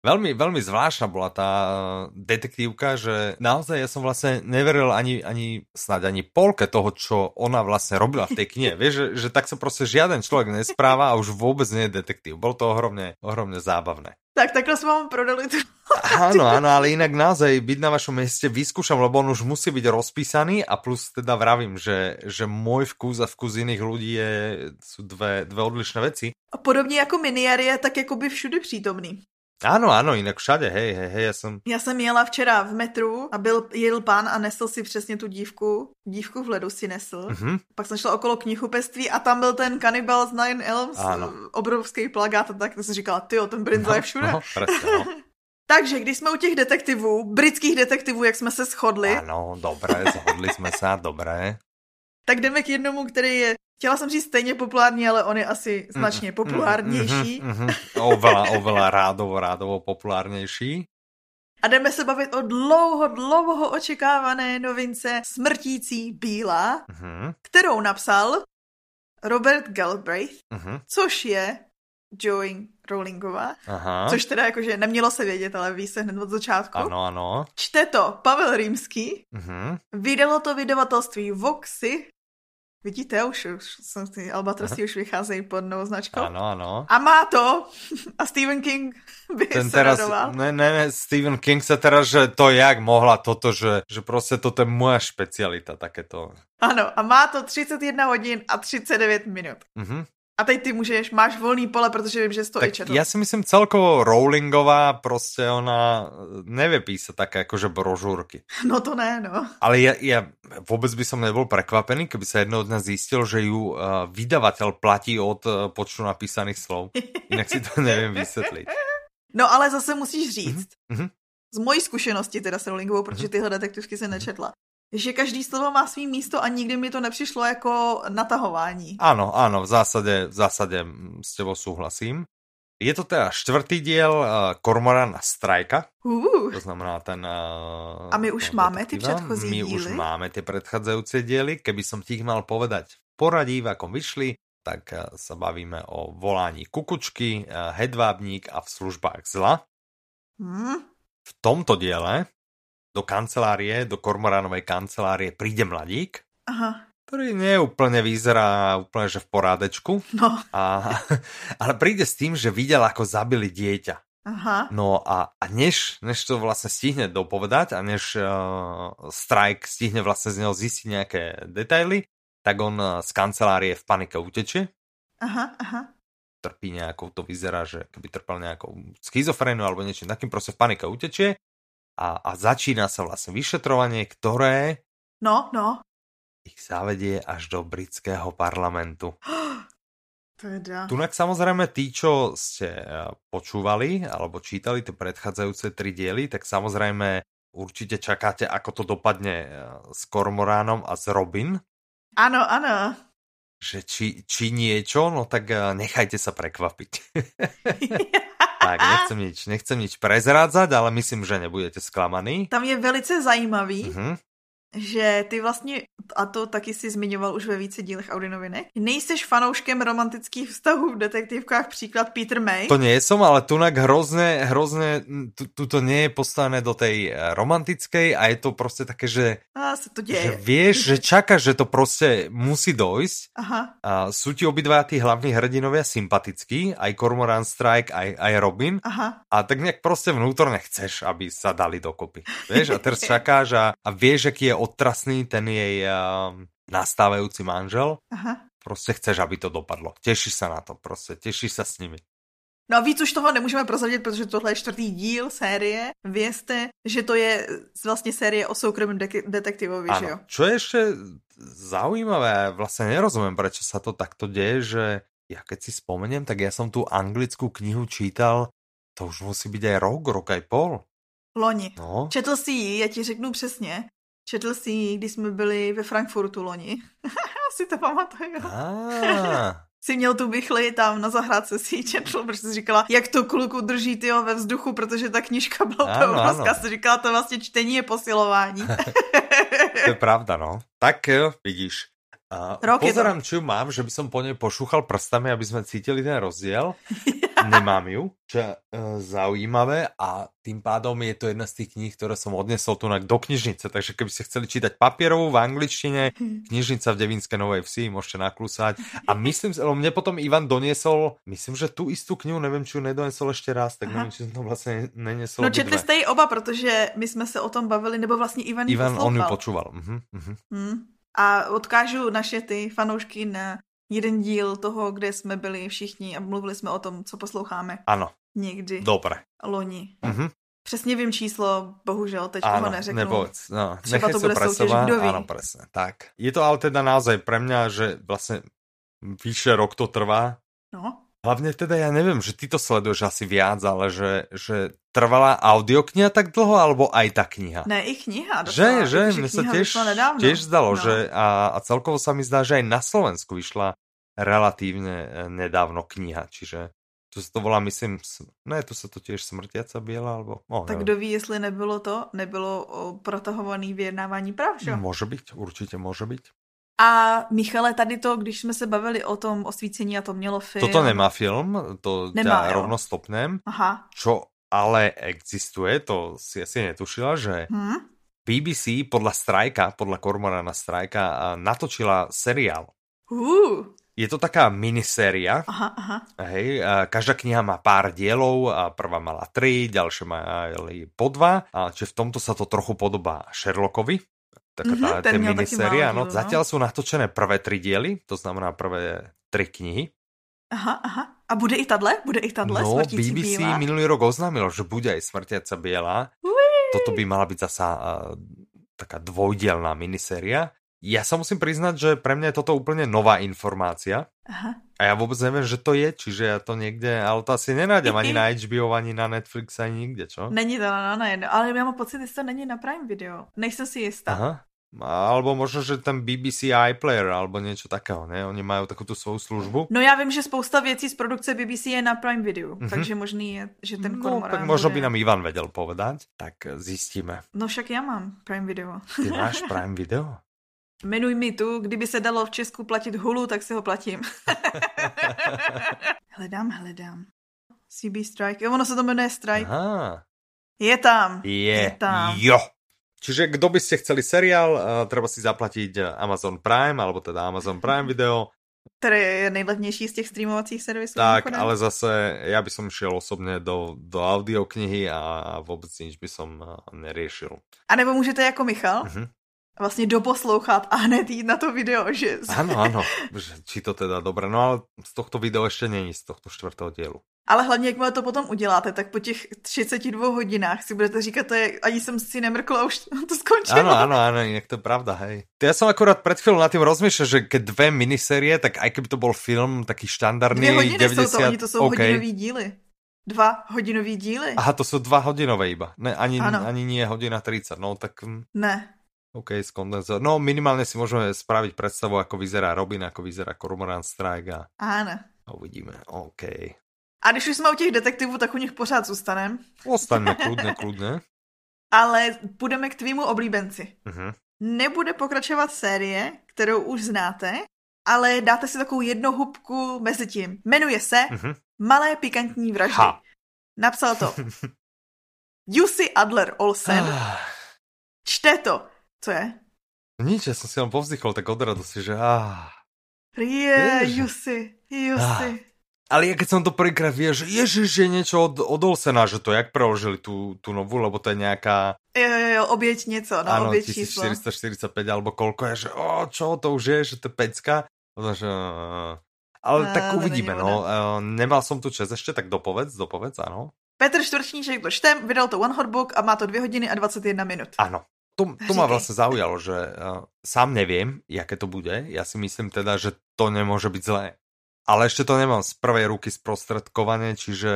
B: veľmi, veľmi zvláštna bola tá eh, detektívka, že naozaj ja som vlastne neveril ani, ani snáď ani polke toho, čo ona vlastne robila v tej knihe. Vieš, že, že tak sa proste žiaden človek nespráva a už vôbec nie je detektív. Bolo to ohromne, ohromne zábavné.
A: Tak takhle jsme vám prodali tu.
B: Áno, áno, ale inak naozaj byť na vašom meste vyskúšam, lebo on už musí byť rozpísaný a plus teda vravím, že, že môj vkus a vkus iných ľudí je, sú dve, dve odlišné veci.
A: A podobně jako miniér je tak jakoby všude přítomný.
B: Áno, áno, inak všade, hej, hej, hej, ja som...
A: Já jsem jela včera v metru a byl, jel pán a nesl si přesně tu dívku. Dívku v ledu si nesl.
B: Mhm.
A: Pak jsem šla okolo knihupectví a tam byl ten Cannibal z Nine Elms,
B: Ano.
A: obrovský plagát a tak, tak jsem říkala, tyjo, ten Brinza je všude.
B: No, presne, no.
A: Takže když jsme u těch detektivů, britských detektivů, jak jsme se shodli,
B: Áno, dobre, zhodli sme sa, dobre.
A: tak jdeme k jednomu, který je, chtěla jsem říct stejně populární, ale on je asi značně populárnější.
B: Mm-hmm, mm-hmm. Oveľa, oveľa rádovo, rádovo populárnejší.
A: A jdeme se bavit o dlouho, dlouho očekávané novince Smrtící bílá,
B: Mhm,
A: kterou napsal Robert Galbraith,
B: mhm.
A: což je Joey Rowlingová,
B: Aha.
A: což teda jakože nemělo se vědět, ale ví se hned od začátku.
B: Ano, ano.
A: Čte to Pavel Rímský,
B: Mhm.
A: vydalo to vydavatelství Voxy, vidíte, už, už jsem ty albatrosy už vycházejí pod novou značkou.
B: Ano, ano.
A: A má to, a Stephen King by
B: Ten
A: se
B: teraz,
A: radoval.
B: ne, ne, ne, Stephen King sa teraz, že to jak mohla toto, že, že proste toto je moja špecialita, takéto.
A: Ano, a má to 31 hodin a 39 minut.
B: Mhm.
A: A teď ty můžeš, máš volný pole, protože vím, že jsi to i
B: Tak
A: četl.
B: ja si myslím celkovo Rowlingová proste ona e, nevie písať také akože brožúrky.
A: No to ne, no.
B: Ale ja, ja vôbec by som nebol prekvapený, keby sa jedného dňa zistil, že ju uh, vydavateľ platí od uh, počtu napísaných slov. Inak si to neviem vysvetliť.
A: No ale zase musíš říct,
B: mhm.
A: z mojí zkušenosti teda s Rowlingovou, protože tyhle detektivky
B: Mhm.
A: se nečetla, že každý slovo má svý místo a nikdy mi to nepřišlo jako natahování.
B: Áno, áno, v zásade, v zásade mm, s tebou súhlasím. Je to teda štvrtý diel uh, Kormorana Strajka,
A: Uh,
B: To znamená ten... Uh,
A: A my už
B: toho
A: máme ty
B: detektíva.
A: předchozí
B: My už
A: díly?
B: máme tie predchádzajúce diely. Keby som ti ich mal povedať v poradí, v akom vyšli, tak eh, sa bavíme o volaní kukučky, eh, hedvábník a v službách zla.
A: hm,
B: V tomto diele do kancelárie, do kormoránovej kancelárie príde mladík,
A: aha,
B: ktorý neúplne vyzerá úplne, že v porádečku,
A: no,
B: a, ale príde s tým, že videl, ako zabili dieťa.
A: aha,
B: No a, a než, než to vlastne stihne dopovedať a než uh, Strike stihne vlastne z neho zistiť nejaké detaily, tak on eh, z kancelárie v panike utečie,
A: aha, aha,
B: trpí nejakou, to vyzerá, že keby trpel nejakou schizofréniou alebo niečím takým, proste v panike utečie a, a začína sa vlastne vyšetrovanie, ktoré
A: no, no,
B: ich zavedie až do britského parlamentu.
A: teda,
B: Tunak samozrejme tí, čo ste eh, počúvali alebo čítali tie predchádzajúce tri diely, tak samozrejme určite čakáte, ako to dopadne eh, s Kormoránom a s Robin,
A: ano, ano,
B: že či, či niečo, no tak eh, nechajte sa prekvapiť. tak, nechcem nič, nechcem nič prezrádzať, ale myslím, že nebudete sklamaní.
A: tam je velice zajímavý,
B: Mhm,
A: že ty vlastně, a to taky si zmiňoval už ve více dílech Audinovinek, nejseš fanouškem romantických vztahů v detektivkách, příklad Peter May.
B: To nie som, ale tunak hrozne, hrozne, mm, tu, tuto nie je postavené do tej eh, romantickej a je to proste také, že
A: A se to děje.
B: že vieš, že čakáš, že to proste musí dojsť.
A: Aha,
B: A sú ti obidva tí hlavní hrdinovia sympatickí, aj Cormoran Strike, aj, aj Robin.
A: aha,
B: A tak nejak proste vnútorne chceš, aby sa dali dokopy. Vieš, a teraz čakáš a, a vieš, aký je otrasný ten jej um, nastávajúci manžel.
A: aha.
B: Proste chceš, aby to dopadlo. Tešíš sa na to, proste tešíš sa s nimi.
A: No a víc už toho nemůžeme prozradit, protože tohle je čtvrtý díl série. Vězte, že to je vlastně série o soukromém de- detektivovi, že jo?
B: Áno. Čo je ešte zaujímavé, vlastne nerozumiem, prečo sa to takto deje, že ja keď si spomeniem, tak ja som tú anglickú knihu čítal, to už musí byť aj rok, rok aj pol.
A: Loni.
B: No,
A: Četl si ji, já ti řeknu přesně. Četl si ji, když jsme byli ve Frankfurtu loni. si to pamatuju.
B: Á,
A: si měl tu bychli tam na zahrádce si ji četl, protože jsi říkala, jak to kluku drží tyjo ve vzduchu, protože ta knižka byla
B: Ano,
A: úplně obrovská.
B: ano.
A: Jsi říkala, to vlastně čtení je posilování.
B: to je pravda, no. Tak eh, vidíš. A
A: Rok je to.
B: pozerám, či ju mám, že by som po nej pošúchal prstami, aby sme cítili ten rozdiel. Nemám ju, čo je eh, zaujímavé a tým pádom je to jedna z tých kníh, ktoré som odnesol tu do knižnice, takže keby ste chceli čítať papierovú v angličtine,
A: Mhm.
B: knižnica v Devinskej Novej Vsi, môžete naklusať. A myslím, lebo mne potom Ivan doniesol, myslím, že tú istú knihu, neviem, či ju nedonesol ešte raz, tak
A: Aha.
B: neviem, či som to vlastne nenesol
A: No
B: obidve.
A: četli jste ji oba, protože my jsme se o tom bavili, nebo vlastně Ivan, ji
B: Ivan, on ju
A: poslouchal.
B: počúval. Mhm, mhm.
A: Hmm. A odkážu naše ty fanoušky na jeden díl toho, kde jsme byli všichni a mluvili jsme o tom, co posloucháme
B: Áno,
A: někdy
B: dobre.
A: loni.
B: Mhm.
A: Přesně vím číslo, bohužel, teď toho
B: Áno,
A: neřeknu.
B: nepovedz. No,
A: Třeba
B: nechaj
A: to
B: sa
A: bude súťaž,
B: presovať.
A: kto ví.
B: Áno, presne. Tak. Je to ale teda naozaj pre mňa, že vlastne vyššie rok to trvá.
A: No,
B: Hlavne teda ja neviem, že ty to sleduješ asi viac, ale že, že trvala audiokniha tak dlho, alebo aj tá kniha?
A: ne, i kniha.
B: Že,
A: docela,
B: že,
A: protože
B: mne sa
A: kniha
B: tiež,
A: vyšla nedávno.
B: tiež zdalo,
A: No.
B: že a, a celkovo sa mi zdá, že aj na Slovensku vyšla relatívne eh, nedávno kniha, čiže tu sa to volá, myslím, sm- ne, tu sa to tiež smrtiaca biela, alebo... Oh,
A: Tak kdo ví, jestli
B: Mm.
A: nebylo to, nebylo o, protahovaný vyjednávání práv, že? jo?
B: Môže byť, určite môže byť.
A: A Michale, tady to, když jsme se bavili o tom osvícení a to mělo film.
B: Toto nemá film, to
A: Nemá,
B: ťa
A: jo.
B: rovno stopnem.
A: Aha.
B: Čo ale existuje, to si asi netušila, že
A: Hm?
B: BBC podľa Strajka, podľa Kormorana Strajka, a natočila seriál.
A: Uh.
B: Je to taká miniséria,
A: Aha, aha.
B: hej, a každá kniha má pár dielov, a prvá mala tri, ďalšie mali po dva, a čiže v tomto sa to trochu podobá Sherlockovi, taká
A: Mhm,
B: tá,
A: ten
B: tie
A: měl taky
B: minisérie,
A: málo
B: áno.
A: dielov, no.
B: Zatiaľ sú natočené prvé tri diely, to znamená prvé tri knihy.
A: Aha, aha. A bude i tadle? Bude i tadle?
B: No,
A: Smrtící
B: BBC
A: bílá?
B: minulý rok oznámilo, že bude aj Smrtiaca biela. Toto by mala byť zasa uh, taká dvojdielná miniséria. Ja sa musím priznať, že pre mňa je toto úplne nová informácia.
A: Aha.
B: A ja vôbec neviem, že to je, čiže ja to niekde, ale to asi nenájdem ani na HBO, ani na Netflix, ani nikde, čo?
A: Není to na, na jedno, ale já mám pocit, že to není na Prime Video. Nejsem si jistá.
B: Aha. Alebo možno, že ten BBC iPlayer, alebo niečo takého, ne? Oni majú takú tú svoju službu.
A: No já vím, že spousta věcí z produkce BBC je na Prime Video,
B: Mhm.
A: mm-hmm. takže možný je, že ten
B: No,
A: kormorán
B: tak možno
A: bude...
B: by nám Ivan vedel povedať. Tak zistíme.
A: No však já mám Prime Video.
B: Ty máš Prime Video?
A: Jmenuj mi tu, kdyby se dalo v Česku platit hulu, tak si ho platím. hledám, hledám. CB Strike. Jo, ono se to jmenuje Strike. Aha.
B: Aha.
A: Je tam.
B: Je,
A: Je tam.
B: jo. Čiže kto by ste chceli seriál, eh, treba si zaplatiť eh, Amazon Prime, alebo teda Amazon Prime Video,
A: Který je nejlevnější z těch streamovacích servisů.
B: tak,
A: mimochodem.
B: ale zase ja by som šiel osobne do, do audioknihy a vôbec nič by som eh, neriešil.
A: A nebo můžete jako Michal
B: Mhm.
A: vlastně doposlouchat a hned jít na to video, že...
B: Áno, áno, že či to teda dobre, no ale z tohto videa ešte není, z tohto štvrtého dielu.
A: Ale hlavně, jakmile to potom uděláte, tak po těch 32 hodinách si budete říkat, to je, ani jsem si nemrkla, už to skončilo.
B: Áno, áno, áno, inak to je pravda, hej. To Ja som akurát pred chvíľou nad tým rozmýšľal, že keď dve minisérie, tak aj keby to bol film taký štandardný,
A: Dvě hodiny
B: 90...
A: jsou to, oni to jsou
B: OK.
A: hodinový díly. Dva hodinový díly?
B: Aha, to sú dva hodinové iba. Ne, ani,
A: Áno.
B: ani nie hodina 30. No tak, hm,
A: Ne.
B: OK, skondenzor. No minimálne si môžeme spraviť predstavu, ako vyzerá Robin, ako vyzerá Cormoran Strike a
A: Ano.
B: a uvidíme. OK.
A: A když už jsme u těch detektivů, tak u nich pořád zůstaneme.
B: Ostaňme kľudne, kľudne.
A: Ale půjdeme k tvýmu oblíbenci.
B: Uh-huh.
A: Nebude pokračovat série, kterou už znáte, ale dáte si takovou jednohubku mezi tím. Jmenuje se
B: Uh-huh.
A: Malé pikantní vraždy.
B: Ha.
A: Napsal to Jussi Adler Olsen.
B: Ah,
A: Čte to. Co je?
B: nič, ja som si len povzdychol tak od radosti, že ah.
A: Je,
B: Ježe.
A: Jussi,
B: Ah.
A: Jussi.
B: Ale ja keď som to prvýkrát vieš, ježiš, je niečo od, od Olsena, že to jak preložili tú, tú novú, lebo to je nejaká
A: Jo, jo, jo, oběť něco, no,
B: Áno,
A: oběť číslo.
B: 1445 alebo koľko je, že o, čo to už je, že to je pecka. Potom, že, eh, ale
A: Á,
B: tak
A: to
B: uvidíme,
A: není
B: no. Eh, Nemal som tu čas ešte, tak dopovedz, dopovedz, áno.
A: Petr Čtvrtníček to čtem, vydal to One Hot Book a má to dvě hodiny a 21 minut.
B: Áno. To, to ma
A: Říkej.
B: vlastne zaujalo, že uh, sám neviem, jaké to bude. Ja si myslím teda, že to nemôže byť zlé. Ale ešte to nemám z prvej ruky sprostredkované, čiže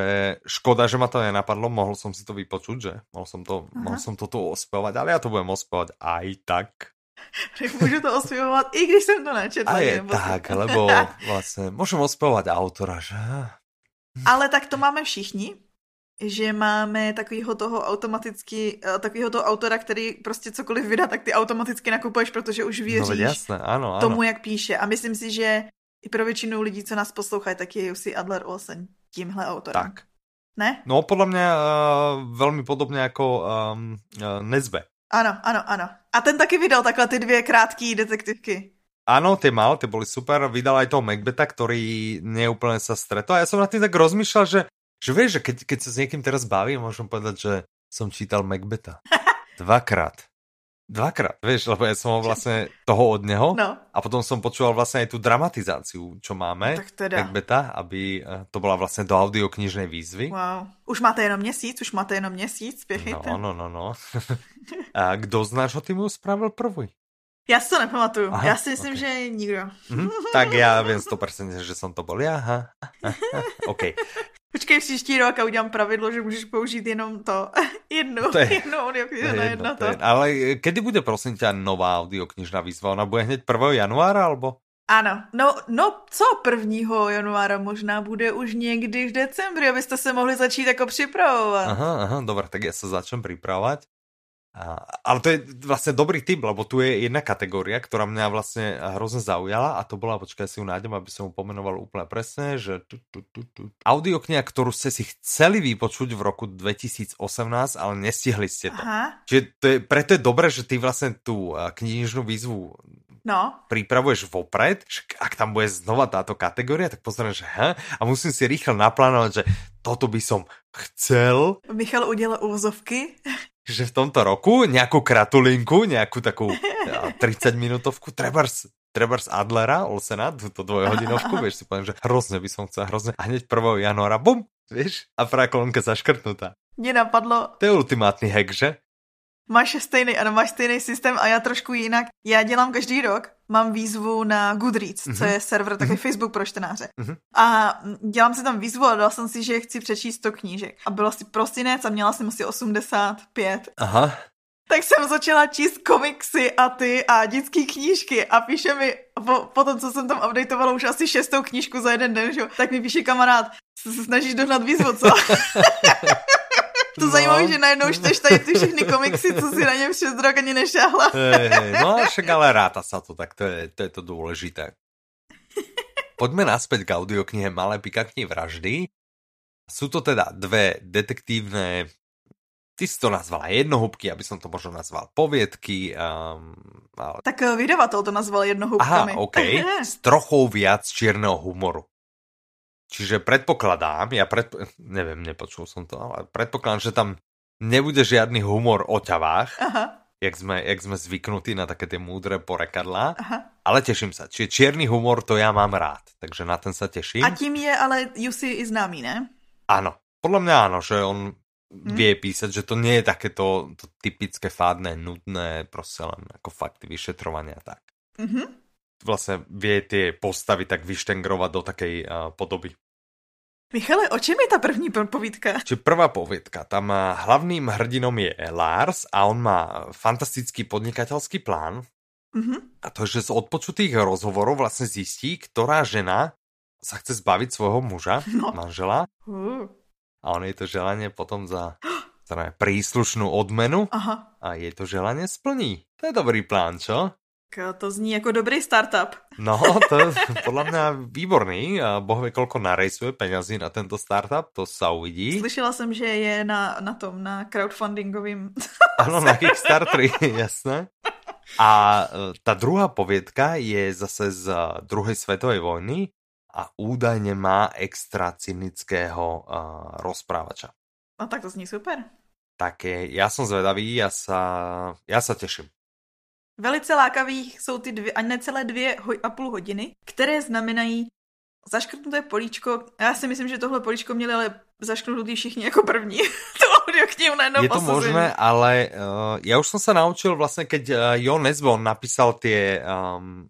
B: škoda, že ma to nenapadlo. Mohol som si to vypočuť, že? Mohol som to,
A: Aha.
B: mohol som to tu ospevať, ale ja to budem ospevať aj tak.
A: Můžu to osvěvovat, i když jsem to nečetla.
B: A je
A: nevím, prostě.
B: tak, lebo vlastne môžem ospevať autora, že?
A: Ale tak to máme všichni, že máme takovýho toho automaticky, eh, takovýho toho autora, který prostě cokoliv vydá, tak ty automaticky nakupuješ, protože už
B: No veď
A: věříš
B: jasné, áno, áno.
A: tomu, jak píše. A myslím si, že i pro většinu lidí, co nás poslouchají, tak je Jussi Adler Olsen tímhle autorem.
B: Tak.
A: Ne?
B: No podľa mňa uh, veľmi podobne ako um, uh, Nezbe.
A: Ano, ano, ano. A ten taky vydal takhle ty dvě krátké detektivky.
B: Áno, tie mal, tie boli super. Vydal aj toho Macbeta, ktorý neúplne sa stretol. A ja som nad tým tak rozmýšľal, že, že vieš, že keď, keď sa s niekým teraz bavím, môžem povedať, že som čítal Macbeta. Dvakrát. Dvakrát, vieš, lebo ja som ho vlastne toho od neho.
A: No,
B: A potom som počúval vlastne aj tú dramatizáciu, čo máme.
A: tak teda.
B: Macbeta, aby eh, to bola vlastne do audioknižnej výzvy.
A: Wow. Už máte jenom měsíc, už máte jenom měsíc, spěchejte.
B: No, no, no, no. A kdo z nášho týmu spravil prvý?
A: Já si to nepamatuju.
B: Aha,
A: Aha, Já si myslím,
B: ok.
A: že nikdo.
B: Hm? Tak ja viem 100%, že som to bol ja. Aha. OK,
A: Počkej příští rok a udělám pravidlo, že můžeš použít jenom to. Jednu,
B: To
A: to
B: je-
A: je, jednu
B: to
A: audioknihu
B: je
A: na
B: jedno,
A: jedno
B: to
A: to.
B: je jedno. Ale eh, kedy bude prosím ťa nová audioknižná výzva? Ona bude hneď 1. januára, alebo?
A: Ano, no, no co 1. januára možná bude už někdy v decembri, abyste se mohli začít jako připravovat.
B: Aha, aha, dobre, tak ja sa začnem pripravovať. A, ale to je vlastne dobrý tip, lebo tu je jedna kategória, ktorá mňa vlastne hrozne zaujala a to bola, počkaj si ju nájdem, aby som ju pomenoval úplne presne, že tu, tu, tu, tu. audiokniha, ktorú ste si chceli vypočuť v roku 2018, ale nestihli ste to.
A: Aha,
B: Čiže to je, preto je dobré, že ty vlastne tú eh, knižnú výzvu
A: no.
B: pripravuješ vopred, však ak tam bude znova táto kategória, tak pozrieš, že ha, a musím si rýchlo naplánovať, že toto by som chcel,
A: Michal udělal úvozovky.
B: že v tomto roku nejakú kratulinku, nejakú takú ja, 30 minútovku, trebárs Trebárs Adlera, Olsena, túto dvojhodinovku, vieš si poviem, že hrozne by som chcel, hrozne. A hneď 1. januára, bum, vieš, a fraklonka zaškrtnutá.
A: Mě napadlo,
B: To je ultimátny hack, že?
A: Máš stejný, ano, máš stejný systém a já trošku jinak. Já dělám každý rok, mám výzvu na Goodreads, mm-hmm. co
B: Mhm.
A: je server takový
B: Mhm.
A: mm-hmm. Facebook pro čtenáře.
B: Mhm.
A: Mm-hmm. A mm, dělám si tam výzvu a dala jsem si, že chci přečíst 100 knížek. A bylo si prosinec a měla jsem asi 85.
B: Aha,
A: Tak jsem začala číst komiksy a ty a dětské knížky a píše mi, po, po tom, co jsem tam updateovala už asi šestou knížku za jeden den, že? jo, tak mi píše kamarád, "S- se snažíš dohnat výzvu, co? To no.
B: No.
A: zajímavé, že najednou čteš tady ty všechny komiksy, co si na něm šest rok ani nešáhla.
B: Hej, hej, no a však ale ráta sa to, tak to je to, je to dôležité. Poďme naspäť k audioknihe Malé pikantní vraždy. Sú to teda dve detektívne, ty si to nazvala jednohúbky, aby som to možno nazval poviedky, um, ale...
A: Tak eh, vydavatel to nazval jednohoubkami.
B: Aha, OK, s trochou viac čierneho humoru. Čiže predpokladám, ja predpo... neviem, nepočul som to, ale predpokladám, že tam nebude žiadny humor o ťavách,
A: aha,
B: jak sme, jak sme zvyknutí na také tie múdre porekadlá.
A: aha.
B: Ale teším sa. Čiže čierny humor to ja mám rád, takže na ten sa teším.
A: A tím je ale Jussi i známý, ne?
B: Áno, podľa mňa áno, že on vie písať, že to nie je takéto to typické fádne, nudné, proste len ako fakty vyšetrovania a tak.
A: Mhm.
B: Vlastne vie tie postavy tak vyštengrovať do takej uh, podoby.
A: Michale, o čem je ta první po- povídka?
B: Čiže prvá povietka, tam eh, hlavným hrdinom je Lars a on má fantastický podnikateľský plán,
A: Mhm.
B: A to, že z odpočutých rozhovorov vlastne zistí, ktorá žena sa chce zbaviť svojho muža,
A: No.
B: manžela,
A: Uh,
B: a on jej to želanie potom za teda príslušnú odmenu
A: aha,
B: a jej to želanie splní. To je dobrý plán, čo?
A: K- to zní jako dobrý startup.
B: No, to je podľa mňa výborný. A boh vie, koľko narejsuje peňazí na tento startup, to sa uvidí.
A: Slyšela jsem, že je na, na tom, na crowdfundingovým.
B: Áno, na Kickstarteri, jasné. A e, tá druhá poviedka je zase z e, druhej svetovej vojny a údajne má extra cynického uh, rozprávača.
A: No tak to zní super.
B: Také, ja som zvedavý, ja sa, ja sa teším.
A: Velice lákavých jsou ty dvě, a necelé dvě hoj- a půl hodiny, které znamenají zaškrtnuté políčko. Já si myslím, že tohle políčko měli ale zaškrtnutý všichni jako první. to no, audioknihu najednou
B: je to
A: posuzujeme.
B: možné, ale uh, ja už som sa naučil vlastne, keď uh, Jo Nesbon napísal tie um,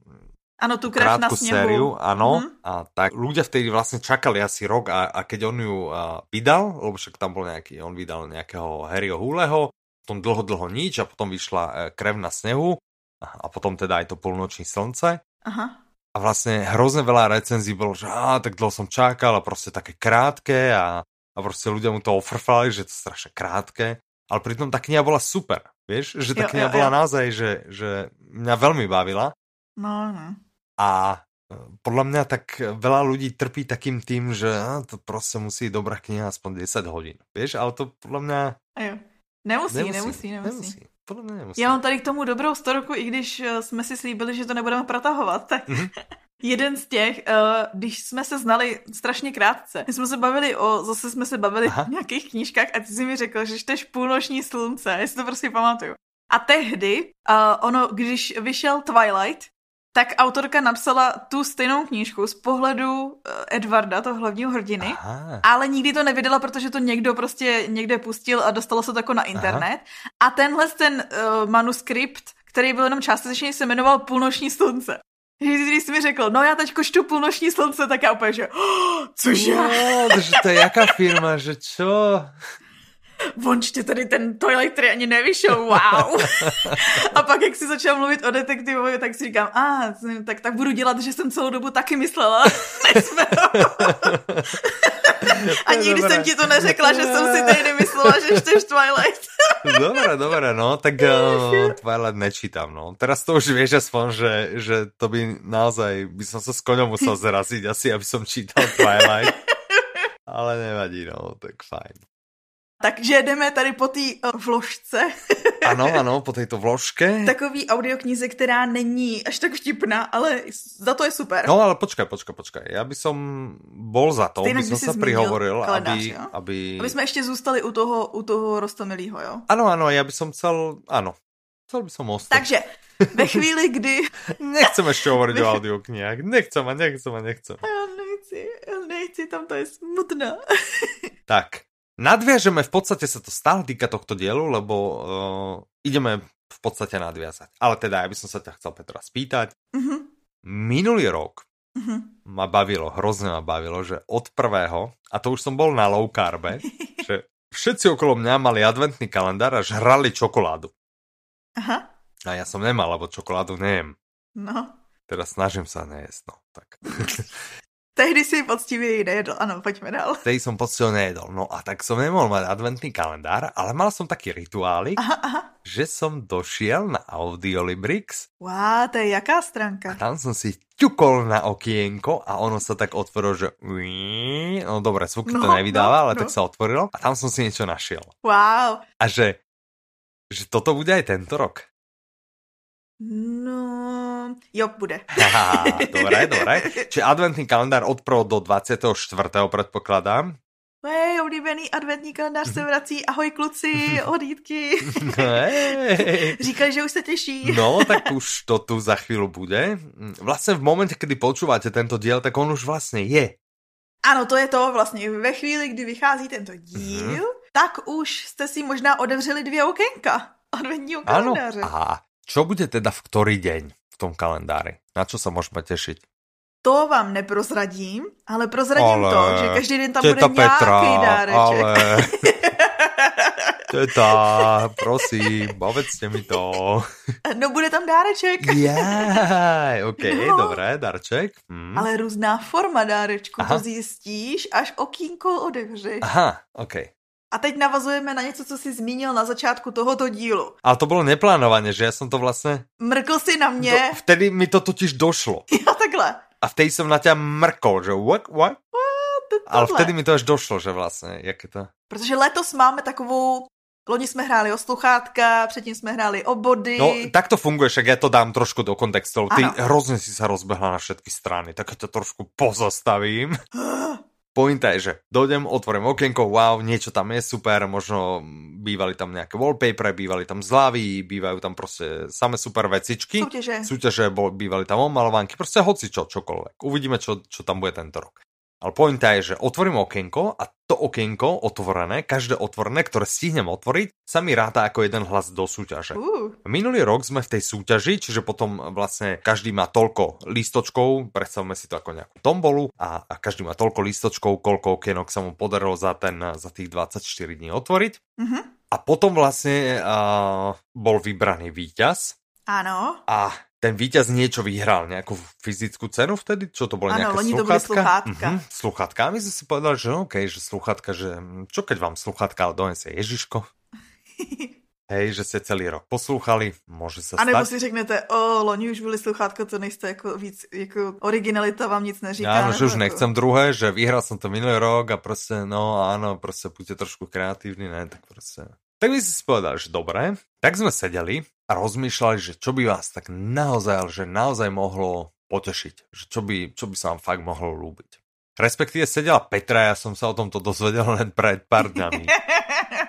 A: Ano, tu krev na
B: krátku
A: sněhu.
B: sériu, áno,
A: Mhm.
B: a tak ľudia vtedy vlastne čakali asi rok a, a keď on ju uh, vydal, lebo však tam bol nejaký, on vydal nejakého Harryho Huleho, potom dlho, dlho nič a potom vyšla uh, Krev na snehu a, a potom teda aj to Polnoční slnce
A: Aha.
B: a vlastne hrozne veľa recenzií bolo, že á, tak dlho som čakal a proste také krátke a, a proste ľudia mu to ofrfali, že to je strašne krátke, ale pritom tá kniha bola super, vieš, že tá
A: Jo,
B: kniha
A: jo,
B: bola
A: jo.
B: naozaj, že, že mňa veľmi bavila
A: No, no.
B: a e, podľa mňa tak e, veľa ľudí trpí takým tým, že a, to proste musí dobrá kniha aspoň 10 hodín. Vieš, ale to podľa mňa
A: A jo. Nemusí,
B: nemusí.
A: nemusí, nemusí. nemusí.
B: Podľa mňa nemusí.
A: Já mám tady k tomu dobrou storku, i když eh, jsme si slíbili, že to nebudeme protahovat, tak
B: Mhm.
A: jeden z těch, eh, když jsme se znali strašně krátce, my jsme se bavili o, zase jsme se bavili
B: Aha.
A: o nějakých knížkách a ty jsi mi řekl, že čteš půlnoční slunce, já si to prostě pamatuju. A tehdy, uh, ono, když vyšel Twilight, tak autorka napsala tu stejnou knížku z pohledu eh, Edvarda, toho hlavního hrdiny,
B: Aha,
A: ale nikdy to nevydala, protože to někdo prostě někde pustil a dostalo se to jako na internet. Aha. A tenhle ten uh, manuskript, který byl jenom částečně, se jmenoval Půlnoční slunce. Že Když jsi mi řekl, no já teď čtu Půlnoční slunce, tak já úplně, že "Oh, cože?
B: No, takže to je jaká firma, že čo?
A: on čte tady ten Twilight, který ani nevyšel, wow. a pak, jak si začal mluvit o detektivovi, tak si říkám, a, ah, tak, tak budu dělat, že jsem celou dobu taky myslela. a nikdy jsem ti to neřekla, že jsem si tady nemyslela, že čteš Twilight.
B: Dobre, dobre, no, tak uh, Twilight nečítam, no. Teraz to už vieš aspoň, že, že to by naozaj, by som sa s koňom musel zraziť asi, aby som čítal Twilight. Ale nevadí, no, tak fajn.
A: Takže jdeme tady po té uh, vložce.
B: Ano, ano, po této vložke.
A: Takový audioknize, která není až tak vtipná, ale za to je super.
B: No ale počkaj, počkaj, počkaj. Ja by som bol za to,
A: Stejnak
B: by
A: by
B: som
A: si
B: sa
A: zmenil
B: prihovoril,
A: kalendář,
B: aby,
A: jo?
B: aby...
A: Aby jsme ještě zůstali u toho, u toho rostomilýho, jo?
B: Áno, áno, ja by som chcel... Áno, chcel by som ostať.
A: Takže ve chvíli, kdy...
B: Nechcem ešte hovoriť o audioknihách. Nechcem a nechcem a nechcem.
A: Já nechci, já nechci, tam to je smutné.
B: Tak, nadviažeme, v podstate sa to stále týka tohto dielu, lebo uh, ideme v podstate nadviazať. Ale teda, ja by som sa ťa chcel, Petra, spýtať.
A: Mhm,
B: Minulý rok
A: mhm.
B: ma bavilo, hrozne ma bavilo, že od prvého, a to už som bol na low carbe, že všetci okolo mňa mali adventný kalendár a žrali čokoládu.
A: Aha,
B: A ja som nemal, lebo čokoládu nejem.
A: no.
B: Teraz snažím sa nejesť, no tak.
A: Tehdy si poctivě ji nejedl, ano, pojďme dál.
B: Tej som poctivo nejedol. No a tak som nemohol mať adventný kalendár, ale mal som taký rituálik,
A: Aha, aha.
B: že som došiel na Audiolibrix
A: Wow, to je jaká
B: a
A: stránka?
B: tam som si ťukol na okienko a ono sa tak otvorilo, že uí, no dobre, zvuky to
A: No,
B: nevydáva,
A: no,
B: ale
A: no.
B: tak sa otvorilo a tam som si niečo našiel.
A: Wow.
B: A že, že toto bude aj tento rok.
A: No, jo, bude.
B: Haha, dobre, dobre. Čiže adventný kalendár od 1. do 24. predpokladám.
A: Hej, oblíbený adventní kalendář se vrací. Ahoj kluci, odítky.
B: Hej.
A: Říkali, že už se těší.
B: No, tak už to tu za chvíľu bude. Vlastne v momente, kedy počúvate tento diel, tak on už vlastne je.
A: Ano, to je to vlastně. Ve chvíli, kdy vychází tento díl,
B: Mhm.
A: tak už jste si možná odevřeli dvě okénka adventního
B: Áno.
A: kalendáře.
B: A čo bude teda v ktorý deň v tom kalendári? Na čo sa môžeme tešiť?
A: To vám neprozradím, ale prozradím
B: Ale-
A: to, že každý den tam bude
B: Teta
A: nějaký dáreček.
B: ale... Teta, prosím, povedzte mi to.
A: No bude tam dáreček,
B: Mhm. Jaj, ok,
A: No.
B: dobré, darček. Hm.
A: ale různá forma dárečku, to
B: Aha.
A: zjistíš, až okýnko odevřeš.
B: Aha, ok.
A: A teď navazujeme na něco, co jsi zmínil na začátku tohoto dílu.
B: Ale to bolo neplánované, že ja som to vlastne...
A: Mrkl si na
B: Do,
A: mě,
B: vtedy mi to totiž došlo.
A: jo takhle.
B: A vtedy som na ťa mrkol, že what, what?
A: To-
B: Ale
A: tohle.
B: vtedy mi to až došlo, že vlastne, jak je to...
A: Protože letos máme takovou... Loni jsme hráli o sluchátka, předtím jsme hráli o body.
B: No, tak to funguje, však ja to dám trošku do kontextu, lebo ty
A: Áno.
B: hrozne si sa rozbehla na všetky strany, tak ja to trošku pozastavím. Pointa je, že dojdem, otvorím okienko, wow, niečo tam je super, možno bývali tam nejaké wallpapery, bývali tam zlavy, bývajú tam proste same super vecičky.
A: Soutěže.
B: Súťaže bol, bývali tam omalovanky, proste hoci čo, čokoľvek. Uvidíme, čo, čo tam bude tento rok. Ale pointa je, že otvorím okienko a to okienko otvorené, každé otvorené, ktoré stihnem otvoriť, sa mi ráta ako jeden hlas do súťaže.
A: Uh,
B: Minulý rok sme v tej súťaži, čiže potom vlastne každý má toľko lístočkov, predstavme si to ako nejakú tombolu a, a každý má toľko lístočkov, koľko okienok sa mu podarilo za, ten, za tých 24 dní otvoriť.
A: mhm.
B: A potom vlastne uh, bol vybraný víťaz
A: Ano,
B: a ten víťaz niečo vyhral, nejakú fyzickú cenu vtedy, čo to bolo
A: Áno,
B: nejaké
A: loni to boli
B: sluchátka?
A: sluchátka.
B: Mhm, sluchátka. A my sme si povedali, že no OK, že sluchátka, že hm, čo keď vám sluchátka, ale donesie Ježiško. Hej, že ste celý rok poslúchali, môže sa
A: A nebo
B: stať.
A: si řeknete, o, loni už byly sluchátka, to nejste jako víc, jako originalita vám nic neříká.
B: Áno, no, že
A: nebo
B: už
A: jako-
B: nechcem druhé, že vyhral som to minulý rok a proste, no áno, proste buďte trošku kreatívni, ne, tak proste. Tak my si si povedali, že dobre, tak sme sedeli a rozmýšľali, že čo by vás tak naozaj, ale že naozaj mohlo potešiť, že čo by, čo by sa vám fakt mohlo ľúbiť. Respektíve sedela Petra, ja som sa o tomto dozvedel len pred pár dňami.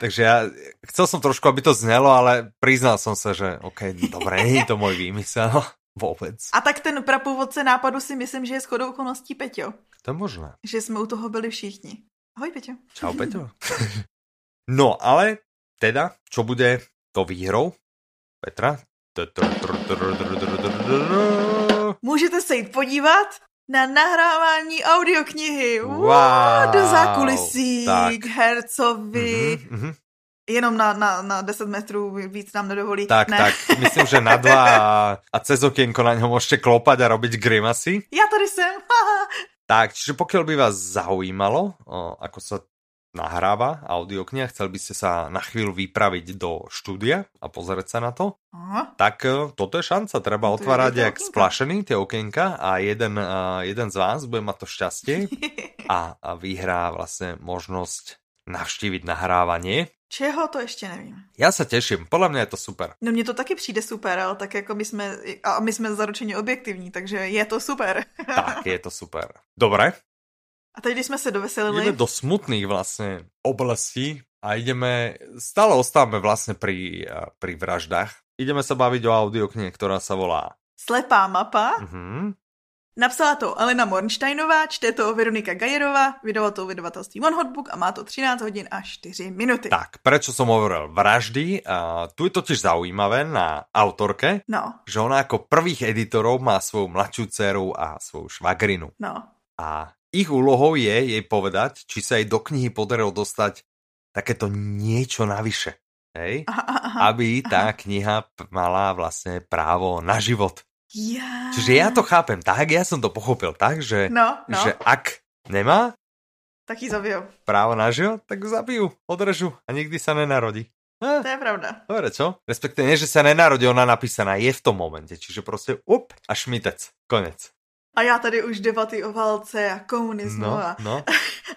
B: Takže ja chcel som trošku, aby to znelo, ale priznal som sa, že OK, dobre, nie je to môj výmysel vôbec.
A: A tak ten prapůvodce nápadu si myslím, že je shodou okolností Peťo.
B: To je možné.
A: Že jsme u toho byli všichni. Ahoj Peťo.
B: Čau, Peťo. No, ale teda, čo bude to výhrou? Petra?
A: Můžete se jít podívat na nahrávání audioknihy. Wow.
B: Wow.
A: Do zákulisí,
B: Tak.
A: k hercovi,
B: Mhm, mhm.
A: Jenom na, na, na 10 metrů víc nám nedovolí.
B: Tak,
A: ne.
B: tak, myslím, že na dva a, a cez okienko na ňom môžete klopať a robiť grimasy.
A: Já tady jsem. haha.
B: Tak, čiže pokiaľ by vás zaujímalo, o, ako sa nahráva audiokniha, chcel by ste sa na chvíľu vypraviť do štúdia a pozrieť sa na to,
A: Aha.
B: tak e, toto je šanca, treba
A: No to je
B: otvárať
A: veľká
B: jak
A: okienka.
B: splašený tie okienka a jeden, e, jeden z vás bude mať to šťastie a, a vyhrá vlastne možnosť navštíviť nahrávanie.
A: Čeho to ještě nevím.
B: Ja sa teším, podľa mňa je to super.
A: No mně to taky přijde super, ale tak jako my jsme, a my jsme zaručeně objektivní, takže je to super.
B: Tak, je to super. Dobre,
A: A teď, když jsme se doveselili,
B: ideme do smutných vlastne oblastí a ideme, stále ostávame vlastne pri, eh, pri vraždách. Ideme sa baviť o audioknihe, ktorá sa volá
A: slepá mapa,
B: mhm,
A: napsala to Alena Mornsteinová, čte to Veronika Gajerová, vydala to vydavatelství One Hot Book a má to 13 hodin a 4 minuty.
B: Tak, prečo som hovoril vraždy? A tu je totiž zaujímavé na autorke,
A: No,
B: že ona ako prvých editorov má svoju mladšiu dceru a svoju švagrinu.
A: no.
B: A ich úlohou je jej povedať, či sa jej do knihy podarilo dostať takéto niečo navyše. Hej?
A: Aha, aha, aha.
B: Aby tá kniha p- mala vlastne právo na život.
A: Ja.
B: Čiže ja to chápem tak, ja som to pochopil tak,
A: Ah.
B: že,
A: No, no,
B: že ak nemá
A: tak ji zabijou.
B: právo na život, tak ju zabijú, odrežu a nikdy sa nenarodí. Ah.
A: To je pravda.
B: Dobre, čo? Respektíve nie, že sa nenarodí, ona napísaná je v tom momente, čiže proste up a šmitec, konec.
A: A já tady už debaty o válce a komunismu
B: No,
A: a,
B: no.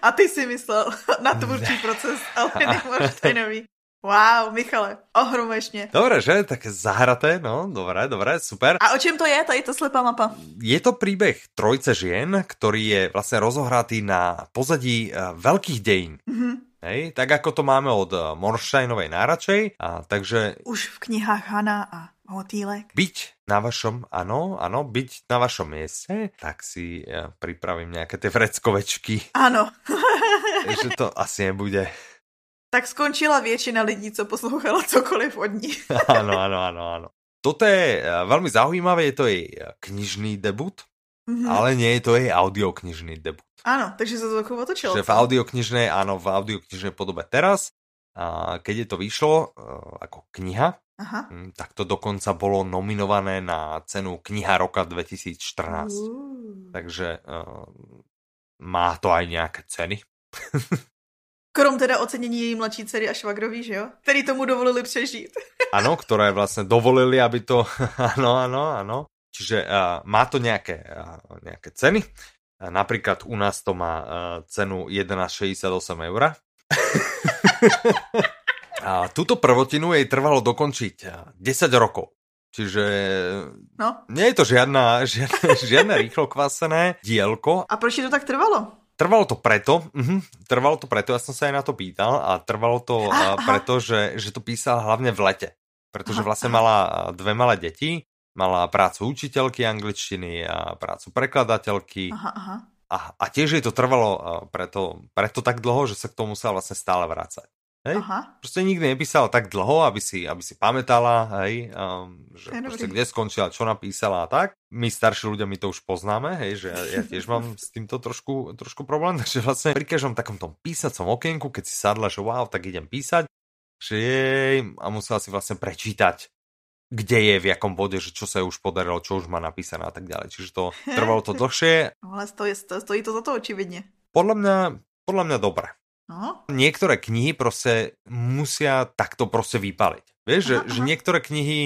A: a ty si myslel na tvůrčí proces Aleny Mornsteinový. Wow, Michale, ohromuješ mě.
B: Dobre, že? Také zahraté, no, dobre, dobre, super.
A: A o čem to je, tady ta slepá mapa?
B: Je to príbeh trojce žien, ktorý je vlastne rozohratý na pozadí eh, veľkých dejín.
A: Mhm.
B: Hej, tak ako to máme od eh, Morštajnovej náračej, a takže
A: Už v knihách Hana a Motýlek.
B: byť na vašom, áno, áno, byť na vašom mieste, tak si eh, pripravím nejaké tie vreckovečky,
A: Ano,
B: že to asi nebude.
A: tak skončila většina lidí, co poslouchala cokoliv od ní.
B: Áno, áno, áno, áno. Toto je eh, veľmi zaujímavé, je to jej eh, knižný debut,
A: Mhm.
B: ale nie je to jej audioknižný debut.
A: Ano, takže se to trochu otočilo.
B: Že v audioknižnej, áno, v audioknižnej podobe teraz, a keď je to vyšlo eh, ako kniha,
A: Aha.
B: hm, tak to dokonca bolo nominované na cenu Kniha roka
A: Mm.
B: 2014.
A: Uuu.
B: Takže eh, má to aj nejaké ceny.
A: Krom teda ocenění její mladší dcery a švagrový, že jo? Který tomu dovolili přežít.
B: Áno, ktoré vlastne dovolili, aby to... Áno, áno, áno. Čiže uh, má to nejaké, uh, nejaké ceny. Uh, napríklad u nás to má uh, cenu 11,68 eur. A túto prvotinu jej trvalo dokončiť eh, 10 rokov. Čiže e,
A: No.
B: nie je to žiadna, žiadne, žiadne rýchlo kvasené dielko,
A: A proč je to tak trvalo?
B: Trvalo to preto, uh trvalo to preto, ja som sa aj na to pýtal a trvalo to
A: Aha,
B: a,
A: aha.
B: preto, že, že to písal hlavne v lete. Pretože
A: Aha,
B: vlastne
A: aha.
B: mala a, dve malé deti, mala prácu učiteľky angličtiny a prácu prekladateľky
A: Aha, aha.
B: a, a tiež jej to trvalo a, preto, preto tak dlho, že sa k tomu musela vlastne stále vrácať. Hej.
A: Aha.
B: Proste nikdy nepísala tak dlho, aby si, aby si pamätala, hej, um, že
A: To je
B: proste
A: dobrý.
B: kde skončila, čo napísala a tak. My starší ľudia, my to už poznáme, hej, že ja, ja tiež mám s týmto trošku, trošku problém, takže vlastne pri každom takom tom písacom okienku, keď si sadla, že wow, tak idem písať, že jej, a musela si vlastne prečítať, kde je, v jakom bode, že čo sa jej už podarilo, čo už má napísané a tak ďalej. Čiže to trvalo to dlhšie.
A: No, ale stojí, sto- stojí to za to očividně.
B: Podľa mňa, podľa mňa dobre.
A: No.
B: niektoré knihy proste musia takto proste vypaliť. Vieš, že,
A: Aha,
B: že
A: aha.
B: niektoré knihy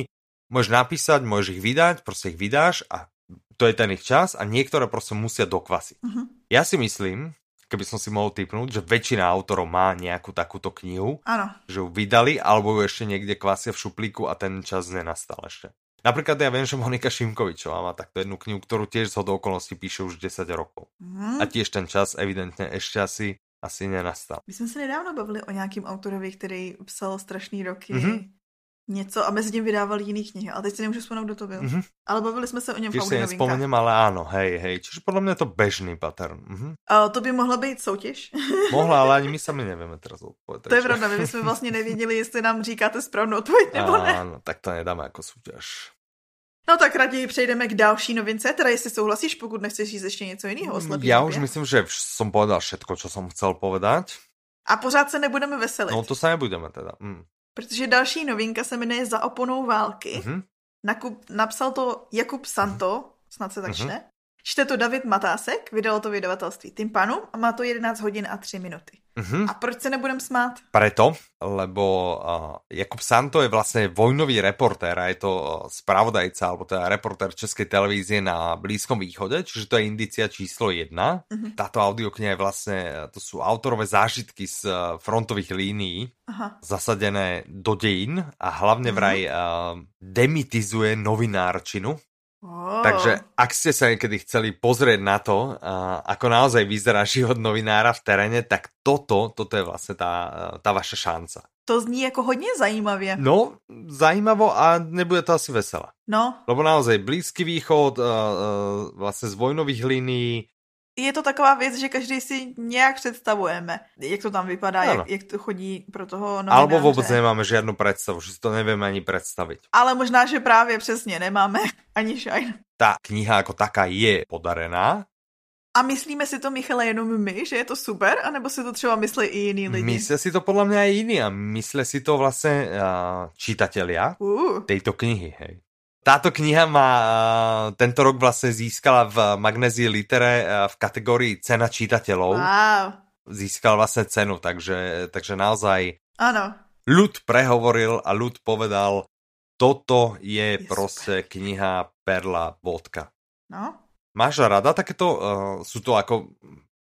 B: môžeš napísať, môžeš ich vydať, proste ich vydáš a to je ten ich čas a niektoré proste musia dokvasiť.
A: Mhm.
B: Ja si myslím, keby som si mohol typnúť, že väčšina autorov má nejakú takúto knihu,
A: Ano.
B: že ju vydali alebo ju ešte niekde kvasia v šuplíku a ten čas nenastal ešte. Napríklad ja viem, že Monika Šimkovičová má takto jednu knihu, ktorú tiež z okolností píše už 10 rokov.
A: Mhm.
B: A tiež ten čas evidentne ešte asi, asi nenastal.
A: My jsme se nedávno bavili o nějakým autorovi, který psal strašný roky.
B: Mhm.
A: Něco a mezi tím vydával jiný knihy, ale teď si nemůžu vzpomenout, kdo to byl.
B: Mhm.
A: Ale bavili jsme se o něm v
B: Tiež si
A: Audionovinkách.
B: nespomeniem, ale áno, hej, hej. Čiže podľa mňa je to bežný pattern. Mhm.
A: A To by mohla být soutěž.
B: Mohla, ale ani my sami nevieme teraz odpovedať.
A: To je
B: že-
A: pravda, my jsme vlastně nevěděli, jestli nám říkáte správnou odpověď nebo ne.
B: Áno, tak to nedáme ako súťaž.
A: No tak raději přejdeme k další novince, teda jestli souhlasíš,
B: Mm,
A: pokud nechceš říct ještě něco jiného o slepý
B: Ja
A: mapě.
B: už myslím, že vš- som povedal všetko, čo som chcel povedať.
A: A pořád se nebudeme veselit,
B: No to sa nebudeme teda. Mm.
A: protože další novinka se jmenuje Za oponou války.
B: Mhm.
A: Nakup, napsal to Jakub Santo, snad se tak
B: Mhm.
A: čte. Čte to David Matásek, vydalo to vydavatelství Timpanu a má to 11 hodin a 3 minuty.
B: Mhm.
A: A proč se nebudem smát?
B: Preto, lebo uh, Jakub Santo je vlastne vojnový reportér a je to uh, spravodajca alebo teda reportér Českej televízie na Blízkom východe, čiže to je indicia číslo jedna.
A: Mhm.
B: Táto audiokniha je vlastne, uh, to sú autorové zážitky z uh, frontových línií
A: Aha.
B: zasadené do dejín a hlavne vraj uh, demitizuje novinárčinu,
A: Oh.
B: Takže ak ste sa niekedy chceli pozrieť na to, a ako naozaj vyzerá život novinára v teréne, tak toto, toto je vlastne tá, tá vaša šanca.
A: To zní jako hodně zajímavě.
B: No, zajímavo a nebude to asi veselé.
A: No,
B: Lebo naozaj Blízky východ, a, a, vlastne z vojnových línií,
A: je to taková věc, že každý si nějak představujeme, jak to tam vypadá,
B: Ano.
A: jak, jak to chodí pro toho novináře.
B: alebo vôbec nemáme žiadnu predstavu, že si to nevieme ani predstaviť.
A: Ale možná, že právě přesně nemáme ani šajn.
B: Tá kniha ako taká je podarená.
A: A myslíme si to, Michale, jenom my, že je to super, anebo si to třeba myslí i jiný lidi?
B: Myslia si to podľa mňa aj iní a myslia si to vlastne a, čitatelia.
A: Uh,
B: tejto knihy. Hej. Táto kniha má eh, tento rok vlastne získala v Magnézii Litere eh, v kategórii cena čítateľov.
A: wow.
B: Získala vlastne cenu, takže, takže naozaj
A: Ano,
B: ľud prehovoril a ľud povedal, toto je,
A: Je
B: proste kniha Perla Bodka.
A: no.
B: Máš rada takéto, uh, sú to ako,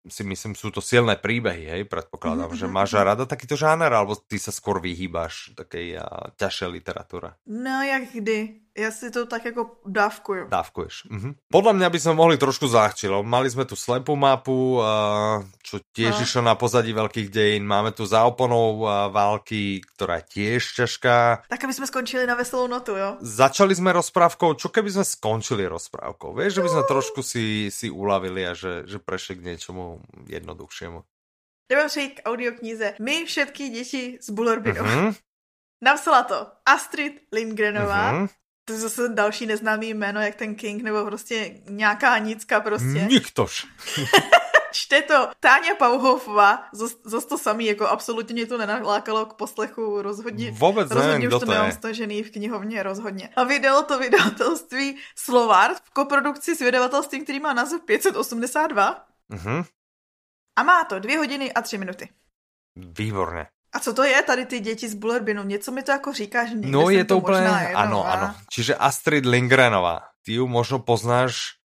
B: si myslím, sú to silné príbehy, hej, predpokladám,
A: Mhm,
B: že
A: mhm,
B: máš
A: mhm.
B: rada takýto žáner, alebo ty sa skôr vyhýbaš takej uh, ťažšej literatúre?
A: No, jak kdy. Já si to tak jako dávkuju.
B: dávkuješ. Mhm. Podľa mňa by sme mohli trošku zľahčiť, lebo mali sme tu slepú mapu, eh, čo tiež
A: No.
B: išlo na pozadí veľkých dejín. Máme tu za oponou eh, války, ktorá je tiež ťažká.
A: Tak, aby jsme skončili na veselou notu, jo?
B: Začali sme rozprávkou, čo keby sme skončili rozprávkou? Vieš, že by
A: No.
B: sme trošku si, si uľavili a že, že prešli k niečomu jednoduchšiemu.
A: Jdeme přejít k audioknize My všetky děti z Bullerbinu.
B: Mhm,
A: Napsala to Astrid Lindgrenová.
B: mhm.
A: To je zase další neznámý jméno, jak ten King, nebo prostě nějaká nicka prostě.
B: Mhm. Niktož.
A: Čte to Táňa Pauhofová, zas, zas to samý, jako absolutně mě to nenalákalo k poslechu, rozhodně.
B: Vôbec
A: Rozhodně už
B: neviem, kto
A: to
B: to je.
A: nemám stažený v knihovně, rozhodně. A vydalo to vydavatelství Slovart v koprodukci s vydavatelstvím, který má název 582.
B: Mhm.
A: A má to dvě hodiny a tři minuty.
B: Výborne.
A: A co to je tady ty děti z Bullerbinu? Něco mi to jako říkáš, někde
B: No
A: jsem
B: je to úplne,
A: možná jednou,
B: áno,
A: a-
B: áno. Čiže Astrid Lindgrenová. Ty ju možno poznáš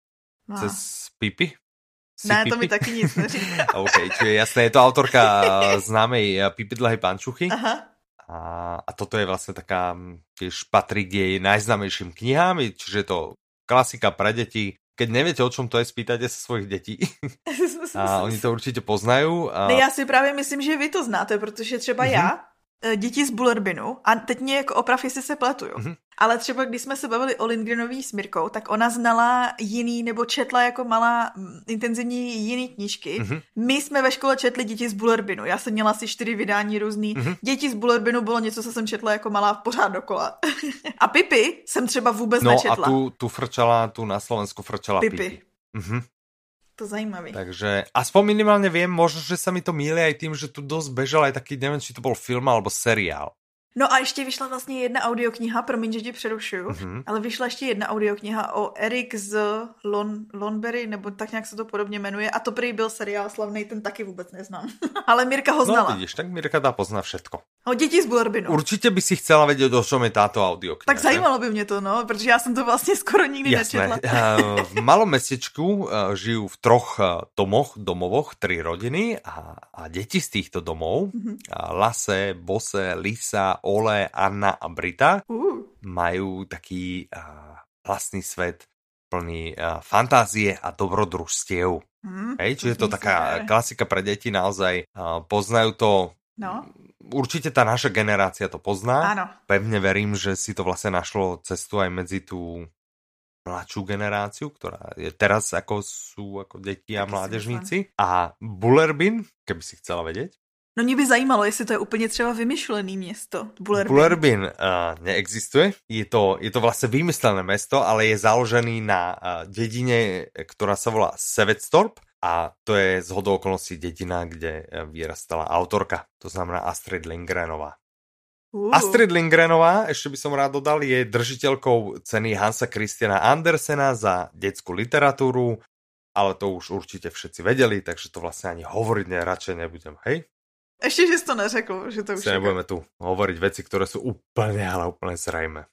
A: a-
B: Cez Pipi? Si
A: No. Ne, to
B: Pipi?
A: mi taky nic neříká.
B: OK, čiže jasné, je to autorka eh, známej eh, Pipi dlhej pančuchy
A: Aha.
B: a, a toto je vlastne taká, mm, tiež patrí k jej najznámejším knihám, je- čiže je to klasika pre deti. Keď neviete, o čom to je, spýtajte sa svojich detí a oni to určite poznajú.
A: Ne,
B: A,
A: já si právě myslím, že vy to znáte, protože třeba
B: Mhm.
A: já, e, děti z Bullerbinu, a teď mě jako oprav, jestli se pletuju,
B: Mhm.
A: ale třeba když jsme se bavili o Lindgrenový s Mirkou, tak ona znala jiný, nebo četla jako malá mm, intenzivní jiný knížky.
B: Mhm.
A: My jsme ve škole četli děti z Bullerbinu, já jsem měla asi čtyři vydání různý.
B: Mhm.
A: Děti z Bullerbinu bylo něco, co jsem četla jako malá pořád dokola. a Pipi jsem třeba vůbec
B: no a
A: nečetla.
B: tu, tu frčala, tu na Slovensku frčala
A: Pipi.
B: Pipi. Mhm.
A: To zajímavý.
B: Takže aspoň minimálne viem, možno, že sa mi to míli aj tým, že tu dosť bežal aj taký, neviem, či to bol film alebo seriál.
A: No a ještě vyšla vlastně jedna audiokniha, promiň, že ti přerušuju,
B: Mhm.
A: ale vyšla ještě jedna audiokniha o Erik z Lon, Lonberry, nebo tak nějak se to podobně jmenuje, a to prý byl seriál slavný, ten taky vůbec neznám. ale Mirka ho
B: No
A: znala.
B: vidíš, tak Mirka dá pozná všetko.
A: o děti z Bullerbinu.
B: Určite by si chcela vedieť, o čom je táto audiokniha.
A: No. tak
B: že?
A: zajímalo by mě to, no, protože já jsem to vlastně skoro nikdy
B: Jasné.
A: nečetla.
B: Eh, V malom mestečku eh, žijú v troch eh, domoch, domovoch, tri rodiny a, a deti z týchto domov,
A: Mhm.
B: a Lase, Bose, Lisa, Ole, Anna a Brita,
A: Uh,
B: majú taký eh, vlastný svet plný eh, fantázie a dobrodružstiev.
A: hm,
B: Hej, čiže je to
A: zní
B: taká
A: super.
B: klasika pre deti, naozaj eh, poznajú to,
A: No,
B: určite tá naša generácia to pozná.
A: ano.
B: pevne verím, že si to vlastne našlo cestu aj medzi tú mladšiu generáciu, ktorá je teraz ako sú ako deti a
A: Taký si
B: mládežníci. A Bullerbin, keby si chcela vedieť.
A: No mě by zajímalo, jestli to je úplně třeba vymyšlený město, Bullerbin.
B: Bullerbin uh, neexistuje. Je to, je to vlastne eh, vymyslené mesto, ale je založený na uh, dedine, ktorá sa volá Sevetstorp A to je z hodou okolností dedina, kde eh, vyrastala autorka, to znamená Astrid Lindgrenová.
A: Uh,
B: Astrid Lindgrenová, ešte by som rád dodal, je držiteľkou ceny Hansa Christiana Andersena za detskú literatúru, ale to už určite všetci vedeli, takže to vlastne ani hovoriť ne, radšej nebudem, hej?
A: Ještě, že jsi to neřekl, že to už
B: Sa
A: jako-
B: nebudeme tu hovoriť veci, ktoré sú úplne, ale úplne zrejme.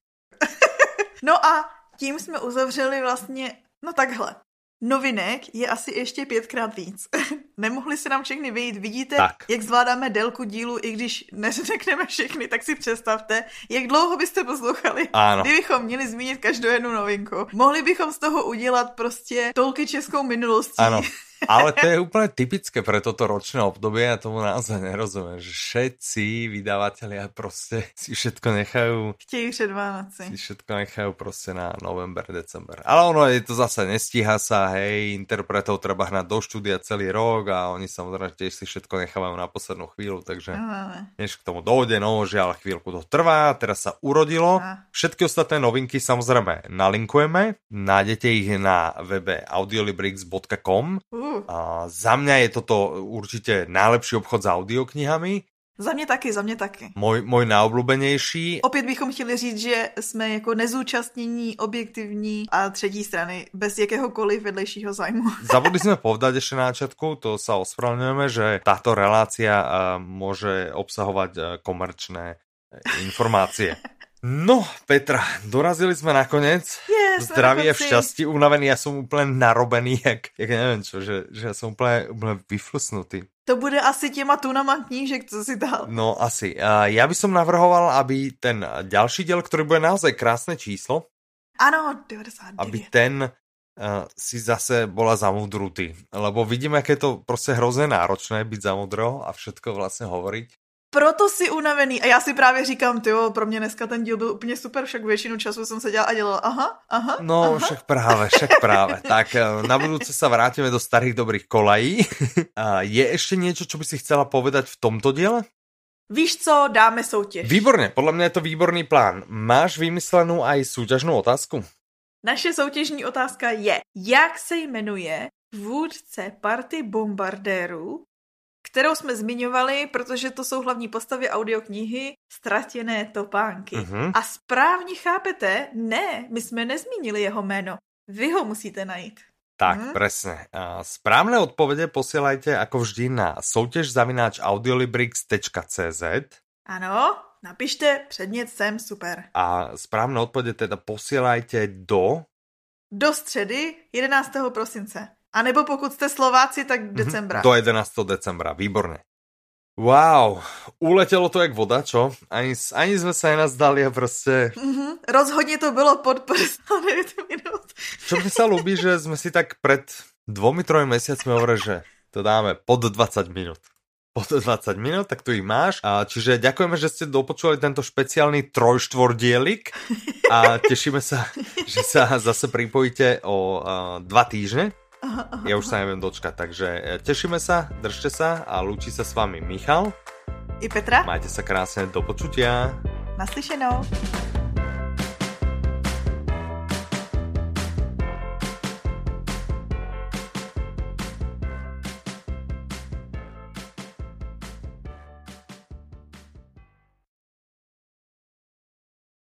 A: No a tím jsme uzavřeli vlastně, no takhle. Novinek je asi ještě pětkrát víc. Nemohli se nám všechny vyjít. Vidíte,
B: Tak.
A: jak zvládáme délku dílu, i když neřekneme všechny, tak si představte, jak dlouho byste poslouchali.
B: Áno.
A: Kdybychom měli zmínit každou jednu novinku, mohli bychom z toho udělat prostě tolky českou minulostí.
B: Áno, ale to je úplne typické pre toto ročné obdobie, ja tomu naozaj nerozumiem, že všetci vydavatelia proste si všetko nechajú,
A: Chtějí před Vánoci.
B: si všetko nechajú proste na november, december. Ale ono je to zase, nestíha sa, hej, interpretov treba hnať do štúdia celý rok a oni samozrejme tiež si všetko nechávajú na poslednú chvíľu, takže
A: No, ale-
B: než k tomu dojde, no žiaľ, chvíľku to trvá, teraz sa urodilo.
A: A.
B: Všetky ostatné novinky samozrejme nalinkujeme, nájdete ich na webe audiolibrix.com
A: Uh,
B: a za mňa je toto určite najlepší obchod s audioknihami.
A: za mě taky, za mě taky.
B: Môj, môj najobľúbenejší.
A: Opět bychom chtěli říct, že jsme jako nezúčastnění, objektivní a třetí strany bez jakéhokoliv vedlejšího zájmu.
B: Zabudli sme povedať ešte na začiatku, to sa ospravedlňujeme, že táto relácia eh, môže obsahovať eh, komerčné eh, informácie. No, Petra, dorazili sme nakoniec.
A: Yes,
B: Zdravie v
A: dokonci.
B: šťastí, unavený, ja som úplne narobený, jak, jak neviem čo, že, že ja som úplne, úplne vyflusnutý.
A: To bude asi těma tunama knížek, co si dal.
B: No asi. A Ja by som navrhoval, aby ten eh, ďalší diel, ktorý bude naozaj krásne číslo,
A: Ano, 99.
B: aby ten uh, si zase bola zamudrutý. Lebo vidím, aké je to proste hrozne náročné byť zamudro a všetko vlastne hovoriť.
A: Proto si unavený. A já si právě říkám, ty pro mě dneska ten díl byl úplně super, však většinu času jsem seděla a dělala aha, aha.
B: No
A: aha.
B: však práve, však práve. Tak eh, na budúce sa vrátime do starých dobrých kolají. A je ešte niečo, čo by si chcela povedať v tomto diele?
A: Víš co, dáme soutěž.
B: Výborne, podľa mňa je to výborný plán. Máš vymyslenú aj súťažnú otázku?
A: Naše soutěžní otázka je, jak se jmenuje vůdce party bombardérů, kterou jsme zmiňovali, protože to jsou hlavní postavy audioknihy Ztratěné topánky.
B: Mhm.
A: A správně chápete, ne, my jsme nezmínili jeho jméno. Vy ho musíte najít.
B: Tak,
A: Mhm.
B: mm. presne. A Správne odpovede posielajte ako vždy na soutěž zavináč audiolibrix.cz
A: Ano, napište předmět sem, super.
B: a správne odpovede teda posielajte do...
A: Do středy 11. prosince. A nebo pokud jste Slováci, tak decembra.
B: Mhm, Do 11. decembra, výborne. Wow, uletelo to jak voda, čo? Ani, s- ani sme sa nenazdali a proste...
A: Mhm, Rozhodně to bylo pod prst 9 minut.
B: Čo mi sa ľúbi, že sme si tak pred dvomi, trojmi mesiacmi hovorili, že to dáme pod 20 minút. Pod 20 minút, tak tu ich máš. A čiže ďakujeme, že ste dopočúvali tento špeciálny trojštvordielik a tešíme sa, že sa zase pripojíte o a, dva týždne.
A: Aha, aha.
B: Ja už sa neviem dočkať, takže e, tešíme sa, držte sa a lúči sa s vami Michal.
A: I Petra,
B: Majte sa krásne, do počutia.
A: naslyšenou.